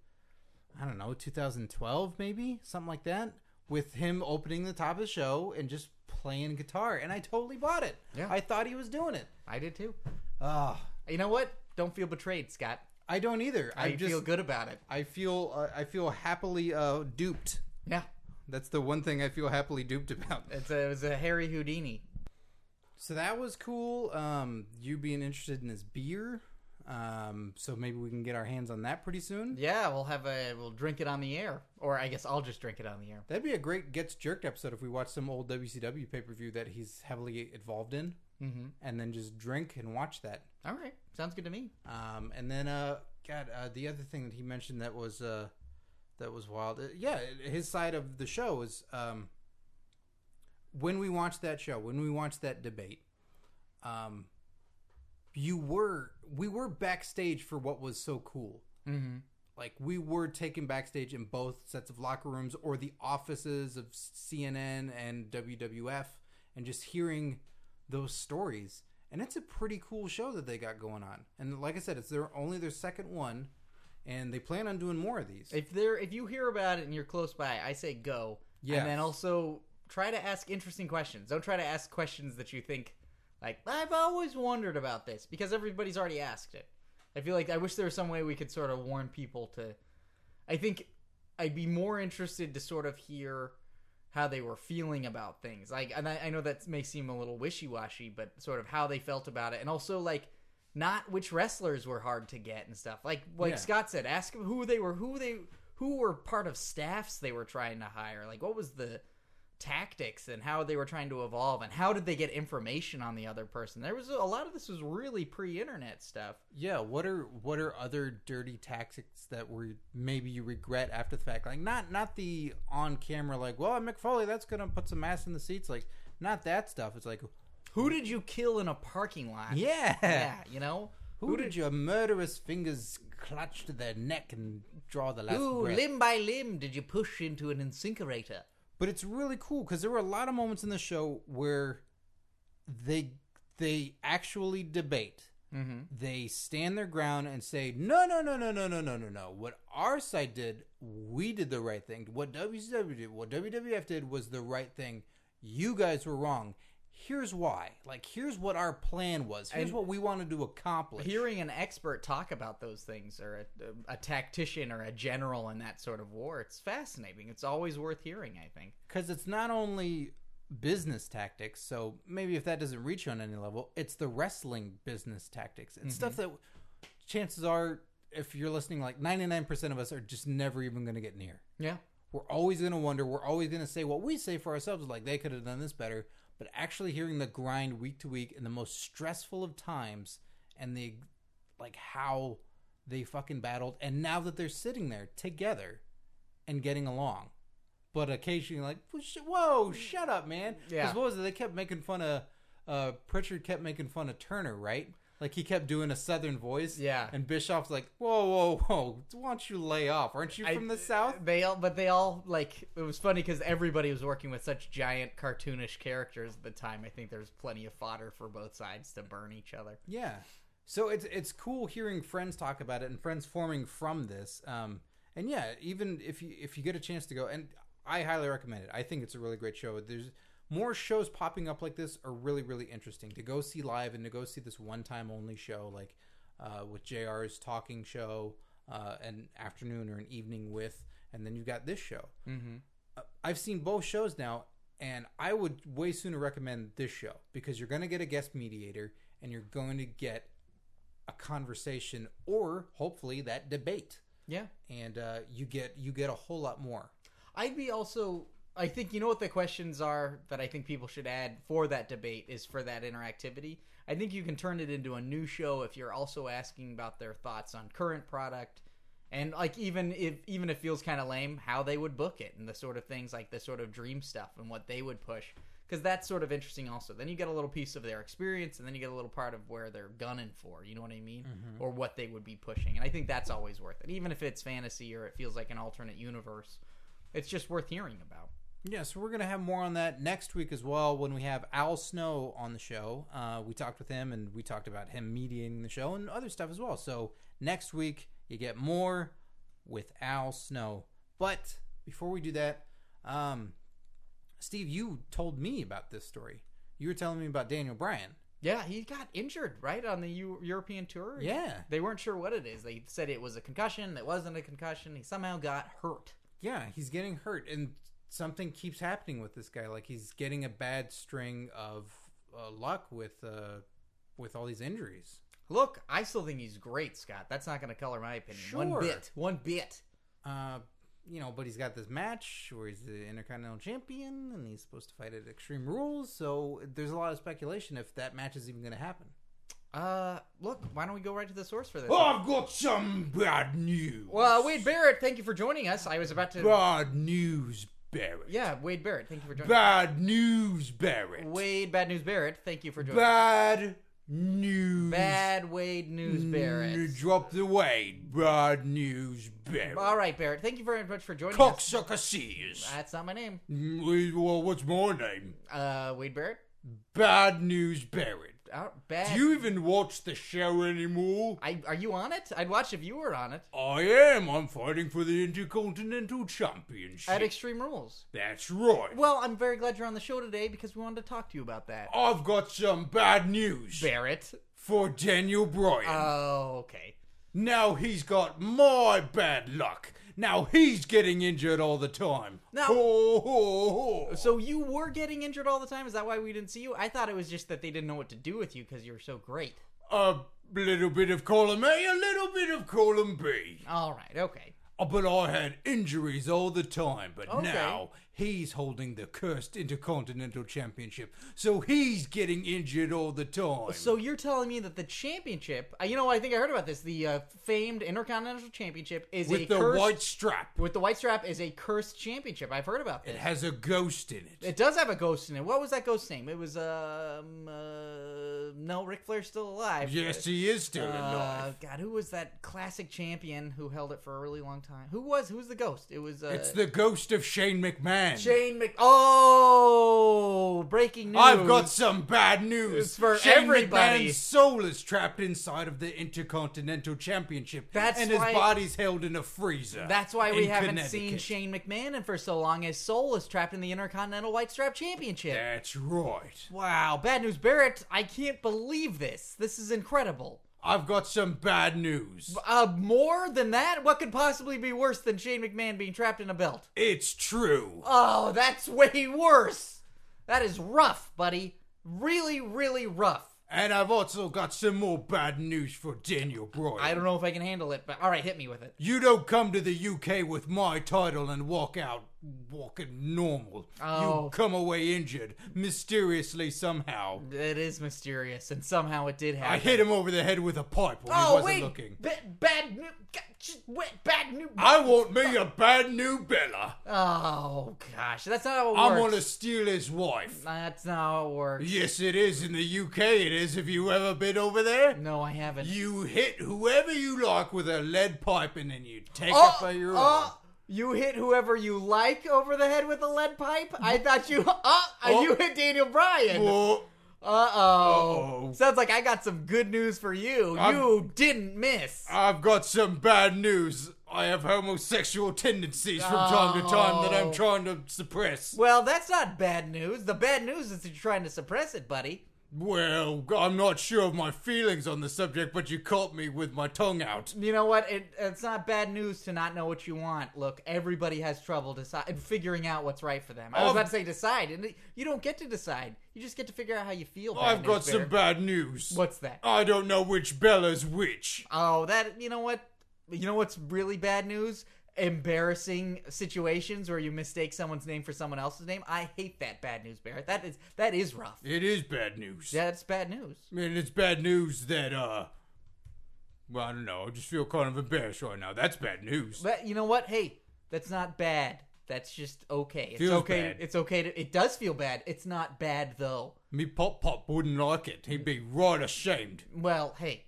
Speaker 1: I don't know, 2012 maybe something like that, with him opening the top of the show and just playing guitar, and I totally bought it.
Speaker 2: Yeah.
Speaker 1: I thought he was doing it.
Speaker 2: I did too.
Speaker 1: Ah,
Speaker 2: You know what? Don't feel betrayed, Scott.
Speaker 1: I don't either.
Speaker 2: I,
Speaker 1: I, just
Speaker 2: feel good about it.
Speaker 1: I feel uh, I feel happily uh, duped.
Speaker 2: Yeah.
Speaker 1: That's the one thing I feel happily duped about.
Speaker 2: It's a, it was a Harry Houdini.
Speaker 1: So that was cool. Um, you being interested in his beer. Um, so maybe we can get our hands on that pretty soon.
Speaker 2: Yeah, we'll have a we'll drink it on the air, or I guess I'll just drink it on the air.
Speaker 1: That'd be a great gets jerked episode if we watch some old WCW pay per view that he's heavily involved in, mm-hmm. and then just drink and watch that.
Speaker 2: All right, sounds good to me.
Speaker 1: Um, and then, uh, God, uh, the other thing that he mentioned that was uh, that was wild. Uh, yeah, his side of the show is um, when we watched that show, when we watched that debate. Um, you were we were backstage for what was so cool.
Speaker 2: Mm-hmm.
Speaker 1: Like we were taken backstage in both sets of locker rooms or the offices of CNN and WWF, and just hearing those stories. And it's a pretty cool show that they got going on. And like I said, it's their only their second one, and they plan on doing more of these.
Speaker 2: If there, if you hear about it and you're close by, I say go.
Speaker 1: Yes.
Speaker 2: And then also try to ask interesting questions. Don't try to ask questions that you think like I've always wondered about this because everybody's already asked it. I feel like I wish there was some way we could sort of warn people to. I think I'd be more interested to sort of hear how they were feeling about things. Like, and I, I know that may seem a little wishy washy, but sort of how they felt about it, and also like not which wrestlers were hard to get and stuff. Like, like
Speaker 1: Yeah.
Speaker 2: Scott said, ask them who they were, who they who were part of staffs they were trying to hire. Like, what was the tactics and how they were trying to evolve and how did they get information on the other person there was a lot of this was really pre-internet stuff
Speaker 1: Yeah, what are what are other dirty tactics that were maybe you regret after the fact? Like not not the on camera like, well, Mick Foley, that's gonna put some ass in the seats. Like not that stuff. It's like,
Speaker 2: who did you kill in a parking lot
Speaker 1: Mm. yeah,
Speaker 2: yeah you know
Speaker 1: Who, did, your murderous fingers clutch to their neck and draw the last
Speaker 2: Ooh,
Speaker 1: breath?
Speaker 2: limb by limb, did you push into an incinerator?
Speaker 1: but it's really cool because there were a lot of moments in the show where they they actually debate. They stand their ground and say, "No, no, no, no, no, no, no, no, no. What our side did, we did the right thing. What WCW did, what WWF did, was the right thing. You guys were wrong." Here's why. Like, here's what our plan was. Here's
Speaker 2: And-
Speaker 1: what we wanted to accomplish.
Speaker 2: Hearing an expert talk about those things, or a, a tactician or a general in that sort of war, it's fascinating. It's always worth hearing, I think.
Speaker 1: because it's not only business tactics so maybe if that doesn't reach you on any level it's the wrestling business tactics it's stuff that chances are if you're listening like 99% of us are just never even going to get near
Speaker 2: Yeah.
Speaker 1: we're always going to wonder we're always going to say what we say for ourselves like they could have done this better but actually hearing the grind week to week in the most stressful of times and the like how they fucking battled and now that they're sitting there together and getting along but occasionally like "Well, sh- whoa shut up man
Speaker 2: Yeah.
Speaker 1: what was it they kept making fun of uh pritchard kept making fun of turner right like he kept doing a southern voice
Speaker 2: Yeah.
Speaker 1: and bischoff's like whoa whoa whoa why don't you lay off aren't you
Speaker 2: I- uh,
Speaker 1: from the south
Speaker 2: They all, but they all like it was funny because everybody was working with such giant cartoonish characters at the time. I think there's plenty of fodder for both sides to burn each other.
Speaker 1: Yeah. So it's it's cool hearing friends talk about it and friends forming from this. Um, and yeah, even if you if you get a chance to go, and I highly recommend it. I think it's a really great show. There's more shows popping up like this are really really interesting to go see live and to go see this one time only show like uh, with JR's talking show, uh, an afternoon or an evening with, and then you've got this show. Uh, I've seen both shows now, and I would way sooner recommend this show because you're going to get a guest mediator and you're going to get a conversation or hopefully that debate,
Speaker 2: Yeah.
Speaker 1: and uh, you get you get a whole lot more.
Speaker 2: I'd be also. I think you know what the questions are that I think people should add for that debate is for that interactivity. I think you can turn it into a new show if you're also asking about their thoughts on current product, and like even if even if it feels kind of lame, how they would book it and the sort of things like the sort of dream stuff and what they would push because that's sort of interesting also. Then you get a little piece of their experience, and then you get a little part of where they're gunning for. You know what I mean? Or what they would be pushing, and I think that's always worth it, even if it's fantasy or it feels like an alternate universe it's just worth hearing about.
Speaker 1: Yeah, so we're going to have more on that next week as well when we have Al Snow on the show. Uh, we talked with him and we talked about him mediating the show and other stuff as well. So next week, you get more with Al Snow. But before we do that, um, Steve, you told me about this story. You were telling me about Daniel Bryan.
Speaker 2: Yeah, he got injured right on the Eu- European tour.
Speaker 1: Yeah.
Speaker 2: they weren't sure what it is. They said it was a concussion. It wasn't a concussion. He somehow got hurt.
Speaker 1: Yeah, he's getting hurt, and something keeps happening with this guy. Like he's getting a bad string of uh, luck with uh, with all these injuries.
Speaker 2: Look, I still think he's great, Scott. That's not going to color my opinion
Speaker 1: Sure.
Speaker 2: one bit. One bit.
Speaker 1: Uh, you know, but he's got this match where he's the Intercontinental Champion, and he's supposed to fight at Extreme Rules. So there's a lot of speculation if that match is even going to happen.
Speaker 2: Uh, look, why don't we go right to the source for this?
Speaker 8: Oh,
Speaker 1: I've got some bad news.
Speaker 2: Well, Wade Barrett, thank you for joining us. I was about to.
Speaker 1: bad news, Barrett.
Speaker 2: Yeah, Wade Barrett, thank you for joining.
Speaker 1: Bad news, Barrett.
Speaker 2: Wade Bad News Barrett, thank you for joining. us.
Speaker 1: Bad news.
Speaker 2: Bad Wade News Barrett.
Speaker 1: Drop the weight. Bad news, Barrett.
Speaker 2: All right, Barrett, thank you very much for joining us.
Speaker 1: Cocksucker sees.
Speaker 2: That's not my name.
Speaker 1: Well, what's my name?
Speaker 2: Uh, Wade Barrett.
Speaker 1: Bad news, Barrett.
Speaker 2: Oh, bad.
Speaker 1: Do you even watch the show anymore?
Speaker 2: I, are you on it? I'd watch if you were on it
Speaker 1: I am. I'm fighting for the Intercontinental Championship.
Speaker 2: at Extreme Rules.
Speaker 1: That's right.
Speaker 2: Well, I'm very glad you're on the show today because we wanted to talk to you about that.
Speaker 1: I've got some bad news
Speaker 2: Barrett.
Speaker 1: for Daniel Bryan.
Speaker 2: Oh, okay.
Speaker 1: now he's got my bad luck. Now he's getting injured all the time.
Speaker 2: Now-
Speaker 1: Ho, ho, ho.
Speaker 2: So you were getting injured all the time? Is that why we didn't see you? I thought it was just that they didn't know what to do with you because you were so great.
Speaker 1: a little bit of column A, a little bit of column B.
Speaker 2: All right, okay.
Speaker 1: Oh, But I had injuries all the time, but
Speaker 2: Okay.
Speaker 1: now he's holding the cursed Intercontinental Championship, so he's getting injured all the time.
Speaker 2: So you're telling me that the championship, uh, you know, I think I heard about this. The uh, famed Intercontinental Championship is a
Speaker 1: with the
Speaker 2: cursed,
Speaker 1: white strap,
Speaker 2: with the white strap is a cursed championship. I've heard about this.
Speaker 1: it has a ghost in it.
Speaker 2: It does have a ghost in it. What was that ghost's name? It was um uh, no, Ric Flair's still alive.
Speaker 1: yes, he is still
Speaker 2: Uh,
Speaker 1: alive.
Speaker 2: God, who was that classic champion who held it for a really long time? Who was? Who was the ghost? It was. Uh,
Speaker 1: It's the ghost of Shane McMahon.
Speaker 2: Shane Mc. Oh, breaking news!
Speaker 1: I've got some bad news
Speaker 2: It's for
Speaker 1: Shane
Speaker 2: everybody.
Speaker 1: McMahon's soul is trapped inside of the Intercontinental Championship,
Speaker 2: That's
Speaker 1: and his
Speaker 2: why-
Speaker 1: body's held in a freezer.
Speaker 2: That's why we
Speaker 1: in
Speaker 2: haven't seen
Speaker 1: Connecticut.
Speaker 2: Shane McMahon in for so long. His soul is trapped in the Intercontinental White Strap Championship.
Speaker 1: That's right.
Speaker 2: Wow, bad news, Barrett. I can't believe this. This is incredible.
Speaker 1: I've got some bad news.
Speaker 2: Uh, more than that, what could possibly be worse than Shane McMahon being trapped in a belt?
Speaker 1: It's true.
Speaker 2: Oh, that's way worse. That is rough, buddy. Really, really rough.
Speaker 1: And I've also got some more bad news for Daniel Bryan.
Speaker 2: I don't know if I can handle it, but all right, hit me with it.
Speaker 1: You don't come to the UK with my title and walk out walking normal.
Speaker 2: Oh.
Speaker 1: You come away injured, mysteriously somehow.
Speaker 2: It is mysterious, and somehow it did happen.
Speaker 1: I hit him over the head with a pipe when he
Speaker 2: Oh
Speaker 1: wasn't
Speaker 2: wait,
Speaker 1: looking.
Speaker 2: Ba- bad new, bad new.
Speaker 1: I want me a bad new Bella.
Speaker 2: Oh gosh, that's not how it
Speaker 1: I want
Speaker 2: works.
Speaker 1: to steal his wife.
Speaker 2: That's not how it works.
Speaker 1: Yes, it is. In the UK, it is. Have you ever been over there?
Speaker 2: No, I haven't.
Speaker 1: You hit whoever you like with a lead pipe and then you take
Speaker 2: Oh,
Speaker 1: it for your own.
Speaker 2: oh, you hit whoever you like over the head with a lead pipe. I thought you. Oh,
Speaker 1: Oh.
Speaker 2: you hit Daniel Bryan.
Speaker 1: Well,
Speaker 2: Uh oh.
Speaker 8: Uh-oh.
Speaker 2: Sounds like I got some good news for you.
Speaker 8: I'm-
Speaker 2: you didn't miss.
Speaker 8: I've got some bad news. I have homosexual tendencies from time to time that I'm
Speaker 2: Oh.
Speaker 8: trying to suppress.
Speaker 2: Well, that's not bad news. The bad news is that you're trying to suppress it, buddy.
Speaker 8: Well, I'm not sure of my feelings on the subject, but you caught me with my tongue out.
Speaker 2: You know what? It, it's not bad news to not know what you want. Look, everybody has trouble decide figuring out what's right for them. I was
Speaker 8: I've-
Speaker 2: about to say decide, and it- you don't get to decide. You just get to figure out how you feel. bad
Speaker 8: I've
Speaker 2: news
Speaker 8: got some
Speaker 2: bear.
Speaker 8: bad news.
Speaker 2: What's that?
Speaker 8: I don't know which Bella's which.
Speaker 2: Oh, that you know what? You know what's really bad news? Embarrassing situations where you mistake someone's name for someone else's name. I hate that bad news, Barrett. That is that is rough.
Speaker 8: It is bad news.
Speaker 2: That's bad news.
Speaker 8: And it's bad news that, uh. Well, I don't know. I just feel kind of embarrassed right now. That's bad news.
Speaker 2: But you know what? Hey, that's not bad. That's just okay. It's
Speaker 8: Feels
Speaker 2: okay.
Speaker 8: bad.
Speaker 2: It's okay. To, it does feel bad. It's not bad though.
Speaker 8: Me Pop Pop wouldn't like it. He'd be right ashamed.
Speaker 2: Well, hey,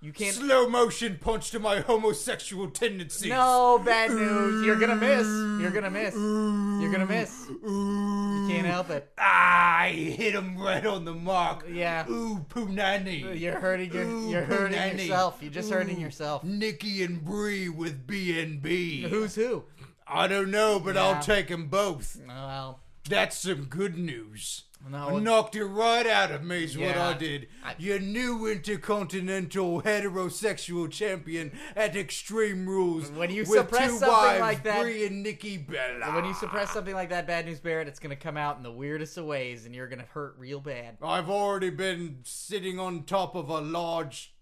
Speaker 2: you can't.
Speaker 8: Slow motion punch to my homosexual tendencies.
Speaker 2: no bad news. You're gonna miss. You're gonna miss. You're gonna miss.
Speaker 8: Ooh.
Speaker 2: Can't help it.
Speaker 8: I Ah, hit him right on the mark.
Speaker 2: Yeah. Uh,
Speaker 8: Ooh, Punani.
Speaker 2: You're hurting your,
Speaker 8: Ooh,
Speaker 2: You're hurting
Speaker 8: punani.
Speaker 2: yourself. You're just hurting
Speaker 8: Ooh,
Speaker 2: yourself.
Speaker 8: Nikki and Bree with BNB.
Speaker 2: Who's who?
Speaker 8: I don't know, but
Speaker 2: Yeah.
Speaker 8: I'll take 'em both.
Speaker 2: Well,
Speaker 8: That's some good news.
Speaker 2: No.
Speaker 8: I knocked it right out of me is what
Speaker 2: Yeah.
Speaker 8: I did.
Speaker 2: I-
Speaker 8: Your new intercontinental heterosexual champion at Extreme Rules.
Speaker 2: When you
Speaker 8: with
Speaker 2: suppress
Speaker 8: two
Speaker 2: something
Speaker 8: wives,
Speaker 2: like that-
Speaker 8: Bree and Nikki Bella.
Speaker 2: when you suppress something like that, bad news, Barrett, it's gonna come out in the weirdest of ways, and you're gonna hurt real bad.
Speaker 8: I've already been sitting on top of a large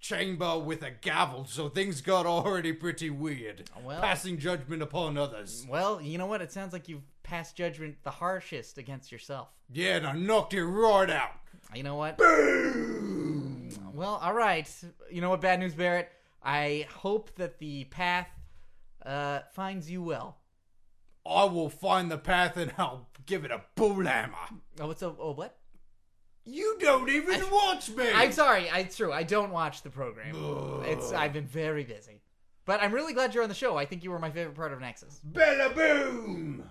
Speaker 8: chamber with a gavel, so things got already pretty weird.
Speaker 2: Oh, Well-
Speaker 8: Passing judgment upon others.
Speaker 2: Well, you know what? It sounds like you've passed judgment the harshest against yourself.
Speaker 8: Yeah, and I knocked it right out.
Speaker 2: You know what? Well, all right. You know what, Bad News Barrett? I hope that the path uh, finds you well.
Speaker 8: I will find the path and I'll give it a bull hammer.
Speaker 2: Oh, what's a oh what?
Speaker 8: You don't even watch me.
Speaker 2: I'm sorry. I, it's true. I don't watch the program. It's I've been very busy, but I'm really glad you're on the show. I think you were my favorite part of Nexus.
Speaker 8: Bella Boom.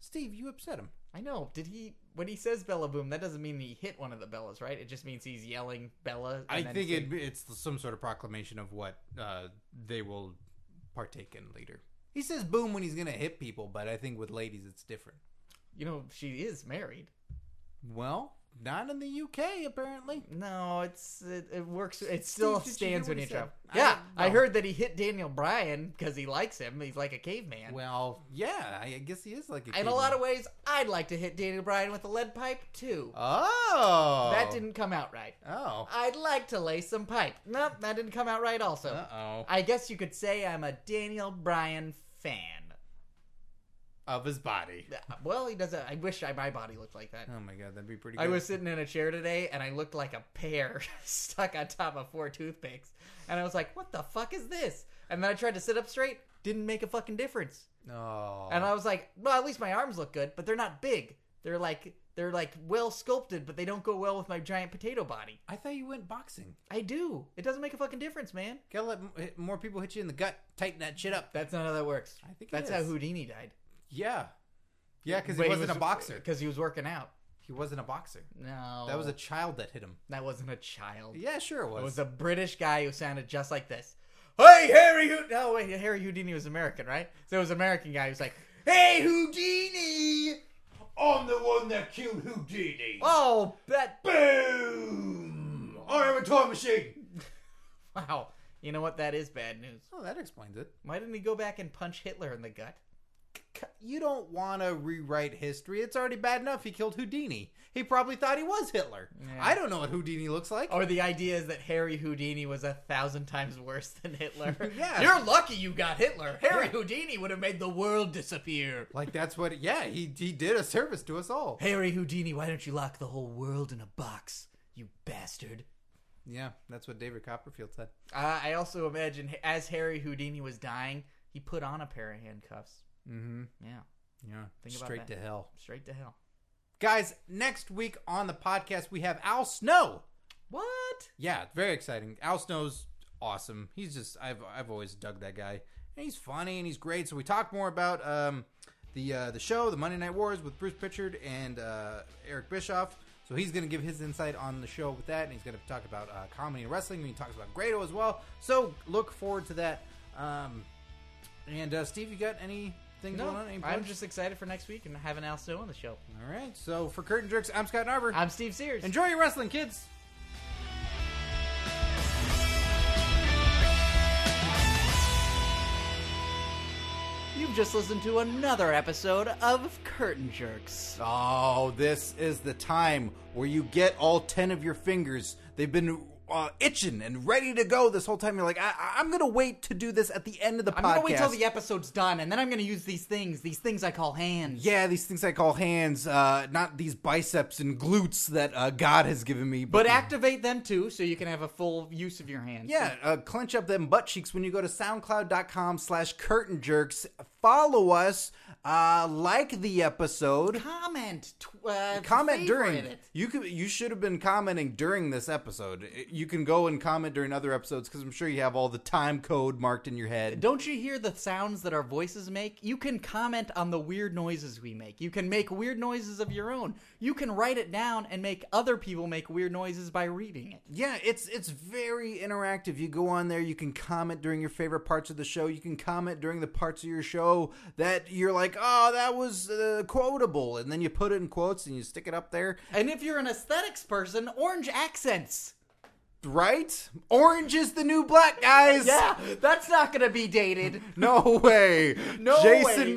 Speaker 8: Steve, you upset him.
Speaker 2: I know. Did he? When he says Bella Boom, that doesn't mean he hit one of the Bellas, right? It just means he's yelling Bella. and
Speaker 8: I
Speaker 2: then
Speaker 8: think
Speaker 2: saying-
Speaker 8: it, it's some sort of proclamation of what uh, they will partake in later. He says boom when he's going to hit people, but I think with ladies it's different.
Speaker 2: You know, she is married.
Speaker 8: Well, not in the UK, apparently.
Speaker 2: No, it's it, it works. It still
Speaker 8: did you
Speaker 2: stands
Speaker 8: hear
Speaker 2: when
Speaker 8: what
Speaker 2: you
Speaker 8: he said?
Speaker 2: travel.
Speaker 8: I
Speaker 2: Yeah,
Speaker 8: don't
Speaker 2: I,
Speaker 8: know.
Speaker 2: heard that he hit Daniel Bryan because he likes him. He's like a caveman.
Speaker 8: Well, yeah, I guess he is like a
Speaker 2: in a
Speaker 8: king.
Speaker 2: lot of ways, I'd like to hit Daniel Bryan with a lead pipe too.
Speaker 8: Oh.
Speaker 2: That didn't come out right.
Speaker 8: Oh.
Speaker 2: I'd like to lay some pipe. Nope, that didn't come out right. Also,
Speaker 8: Uh-oh.
Speaker 2: I guess you could say I'm a Daniel Bryan fan.
Speaker 8: Of his body.
Speaker 2: Uh, Well, he doesn't. I wish I, my body looked like that.
Speaker 8: Oh my god, that'd be pretty good.
Speaker 2: I was sitting in a chair today and I looked like a pear stuck on top of four toothpicks. And I was like, what the fuck is this? And then I tried to sit up straight, didn't make a fucking difference.
Speaker 8: Oh.
Speaker 2: And I was like, well, at least my arms look good, but they're not big. They're like, they're like well sculpted, but they don't go well with my giant potato body.
Speaker 8: I thought you went boxing.
Speaker 2: I do. It doesn't make a fucking difference, man.
Speaker 8: Gotta let m- hit- more people hit you in the gut. Tighten that shit up.
Speaker 2: That's not how that works.
Speaker 8: I think it
Speaker 2: That's how
Speaker 8: is.
Speaker 2: Houdini died.
Speaker 8: Yeah. Yeah, because
Speaker 2: But
Speaker 8: he wasn't a boxer.
Speaker 2: Because he was working out.
Speaker 8: He wasn't a boxer.
Speaker 2: No.
Speaker 8: That was a child that hit him.
Speaker 2: that wasn't a child.
Speaker 8: Yeah, sure it
Speaker 2: It
Speaker 8: was.
Speaker 2: was a British guy who sounded just like this. Hey, Harry Houdini. No, wait, Harry Houdini was American, right? So it was an American guy who's like,
Speaker 8: hey, Houdini! I'm the one that killed Houdini.
Speaker 2: oh, that.
Speaker 8: Boom! I have a time machine.
Speaker 2: Wow. You know what? That is bad news.
Speaker 8: Oh, that explains it.
Speaker 2: Why didn't he go back and punch Hitler in the gut?
Speaker 8: C- You don't want to rewrite history. It's already bad enough he killed Houdini. He probably thought he was Hitler. I don't know what Houdini looks like.
Speaker 2: Or the idea is that Harry Houdini was a thousand times worse than Hitler.
Speaker 8: Yeah.
Speaker 2: You're lucky you got Hitler. Harry Houdini would have made the world disappear.
Speaker 8: Like that's what. Yeah, he he did a service to us all.
Speaker 2: Harry Houdini, why don't you lock the whole world in a box, you bastard?
Speaker 8: Yeah, that's what David Copperfield said.
Speaker 2: Uh, I also imagine h- as Harry Houdini was dying, he put on a pair of handcuffs. Mm-hmm. Yeah,
Speaker 8: Yeah,
Speaker 2: Think about
Speaker 8: straight
Speaker 2: that.
Speaker 8: to hell.
Speaker 2: straight to hell.
Speaker 8: Guys, next week on the podcast we have Al Snow.
Speaker 2: What?
Speaker 8: Yeah, it's very exciting. Al Snow's awesome. He's just I've I've always dug that guy. And he's funny and he's great. So we talked more about um the uh, the show, the Monday Night Wars with Bruce Pritchard and uh, Eric Bischoff. So he's going to give his insight on the show with that, and he's going to talk about uh, comedy and wrestling. And he talks about Grado as well. So look forward to that. Um, and uh, Steve, you got anything going
Speaker 2: No, Mm-hmm.
Speaker 8: on? Any
Speaker 2: I'm
Speaker 8: plugs?
Speaker 2: just excited for next week and having Al Snow on the show.
Speaker 8: all right. So for Curtain Jerks, I'm Scott Narber.
Speaker 2: I'm Steve Sears.
Speaker 8: Enjoy your wrestling, kids.
Speaker 2: You've just listened to another episode of Curtain Jerks.
Speaker 8: Oh, this is the time where you get all 10 of your fingers. They've been uh, itching and ready to go this whole time. You're like, I- I- I'm going to wait to do this at the end of the
Speaker 2: I'm
Speaker 8: podcast.
Speaker 2: gonna wait till the episode's done, and then I'm gonna use these things, these things I call hands.
Speaker 8: yeah, these things I call hands, uh, not these biceps and glutes that uh, God has given me.
Speaker 2: But activate them too, so you can have a full use of your hands.
Speaker 8: Yeah, uh, clench up them butt cheeks when you go to soundcloud.com slash curtain jerks. Follow us, uh, like the episode.
Speaker 2: Comment. Tw- uh,
Speaker 8: comment during
Speaker 2: favorite it.
Speaker 8: you could you should have been commenting during this episode I- you can go and comment during other episodes because i'm sure you have all the time code marked in your head
Speaker 2: Don't you hear the sounds that our voices make? You can comment on the weird noises we make. You can make weird noises of your own. You can write it down and make other people make weird noises by reading it.
Speaker 8: yeah it's it's very interactive you go on there you can comment during your favorite parts of the show you can comment during the parts of your show that you're like oh that was uh, quotable and then you put it in quotes and you stick it up there
Speaker 2: And if you're an aesthetics person, orange accents.
Speaker 8: right orange is the new black guys
Speaker 2: Yeah, that's not gonna be dated.
Speaker 8: no way
Speaker 2: No
Speaker 8: jason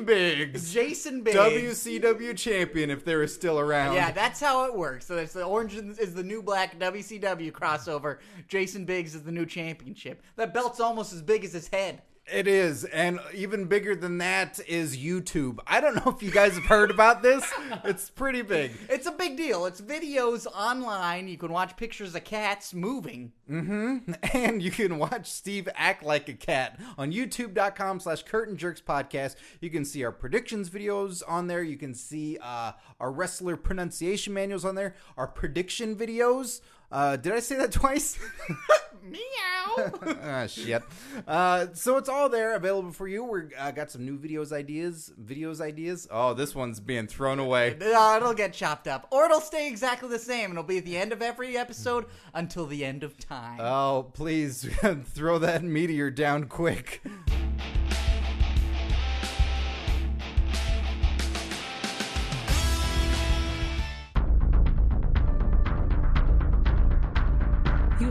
Speaker 2: way.
Speaker 8: biggs
Speaker 2: Jason Biggs.
Speaker 8: WCW champion, if there is still around.
Speaker 2: Yeah, that's how it works. So it's the orange is the new black WCW crossover. Jason Biggs is the new championship. That belt's almost as big as his head.
Speaker 8: It is, and even bigger than that is YouTube. I don't know if you guys have heard about this. It's pretty big.
Speaker 2: It's a big deal. It's videos online. You can watch pictures of cats moving.
Speaker 8: And you can watch Steve act like a cat on youtube.com slash curtain jerks podcast. You can see our predictions videos on there. You can see uh, our wrestler pronunciation manuals on there, our prediction videos. Uh, did I say that twice?
Speaker 2: Meow.
Speaker 8: ah, shit. Uh, so it's all there available for you. We've uh, got some new videos ideas. Videos ideas. Oh, this one's being thrown away.
Speaker 2: Uh, it'll get chopped up, or it'll stay exactly the same. It'll be at the end of every episode until the end of time.
Speaker 8: Oh, please throw that meteor down quick.
Speaker 9: You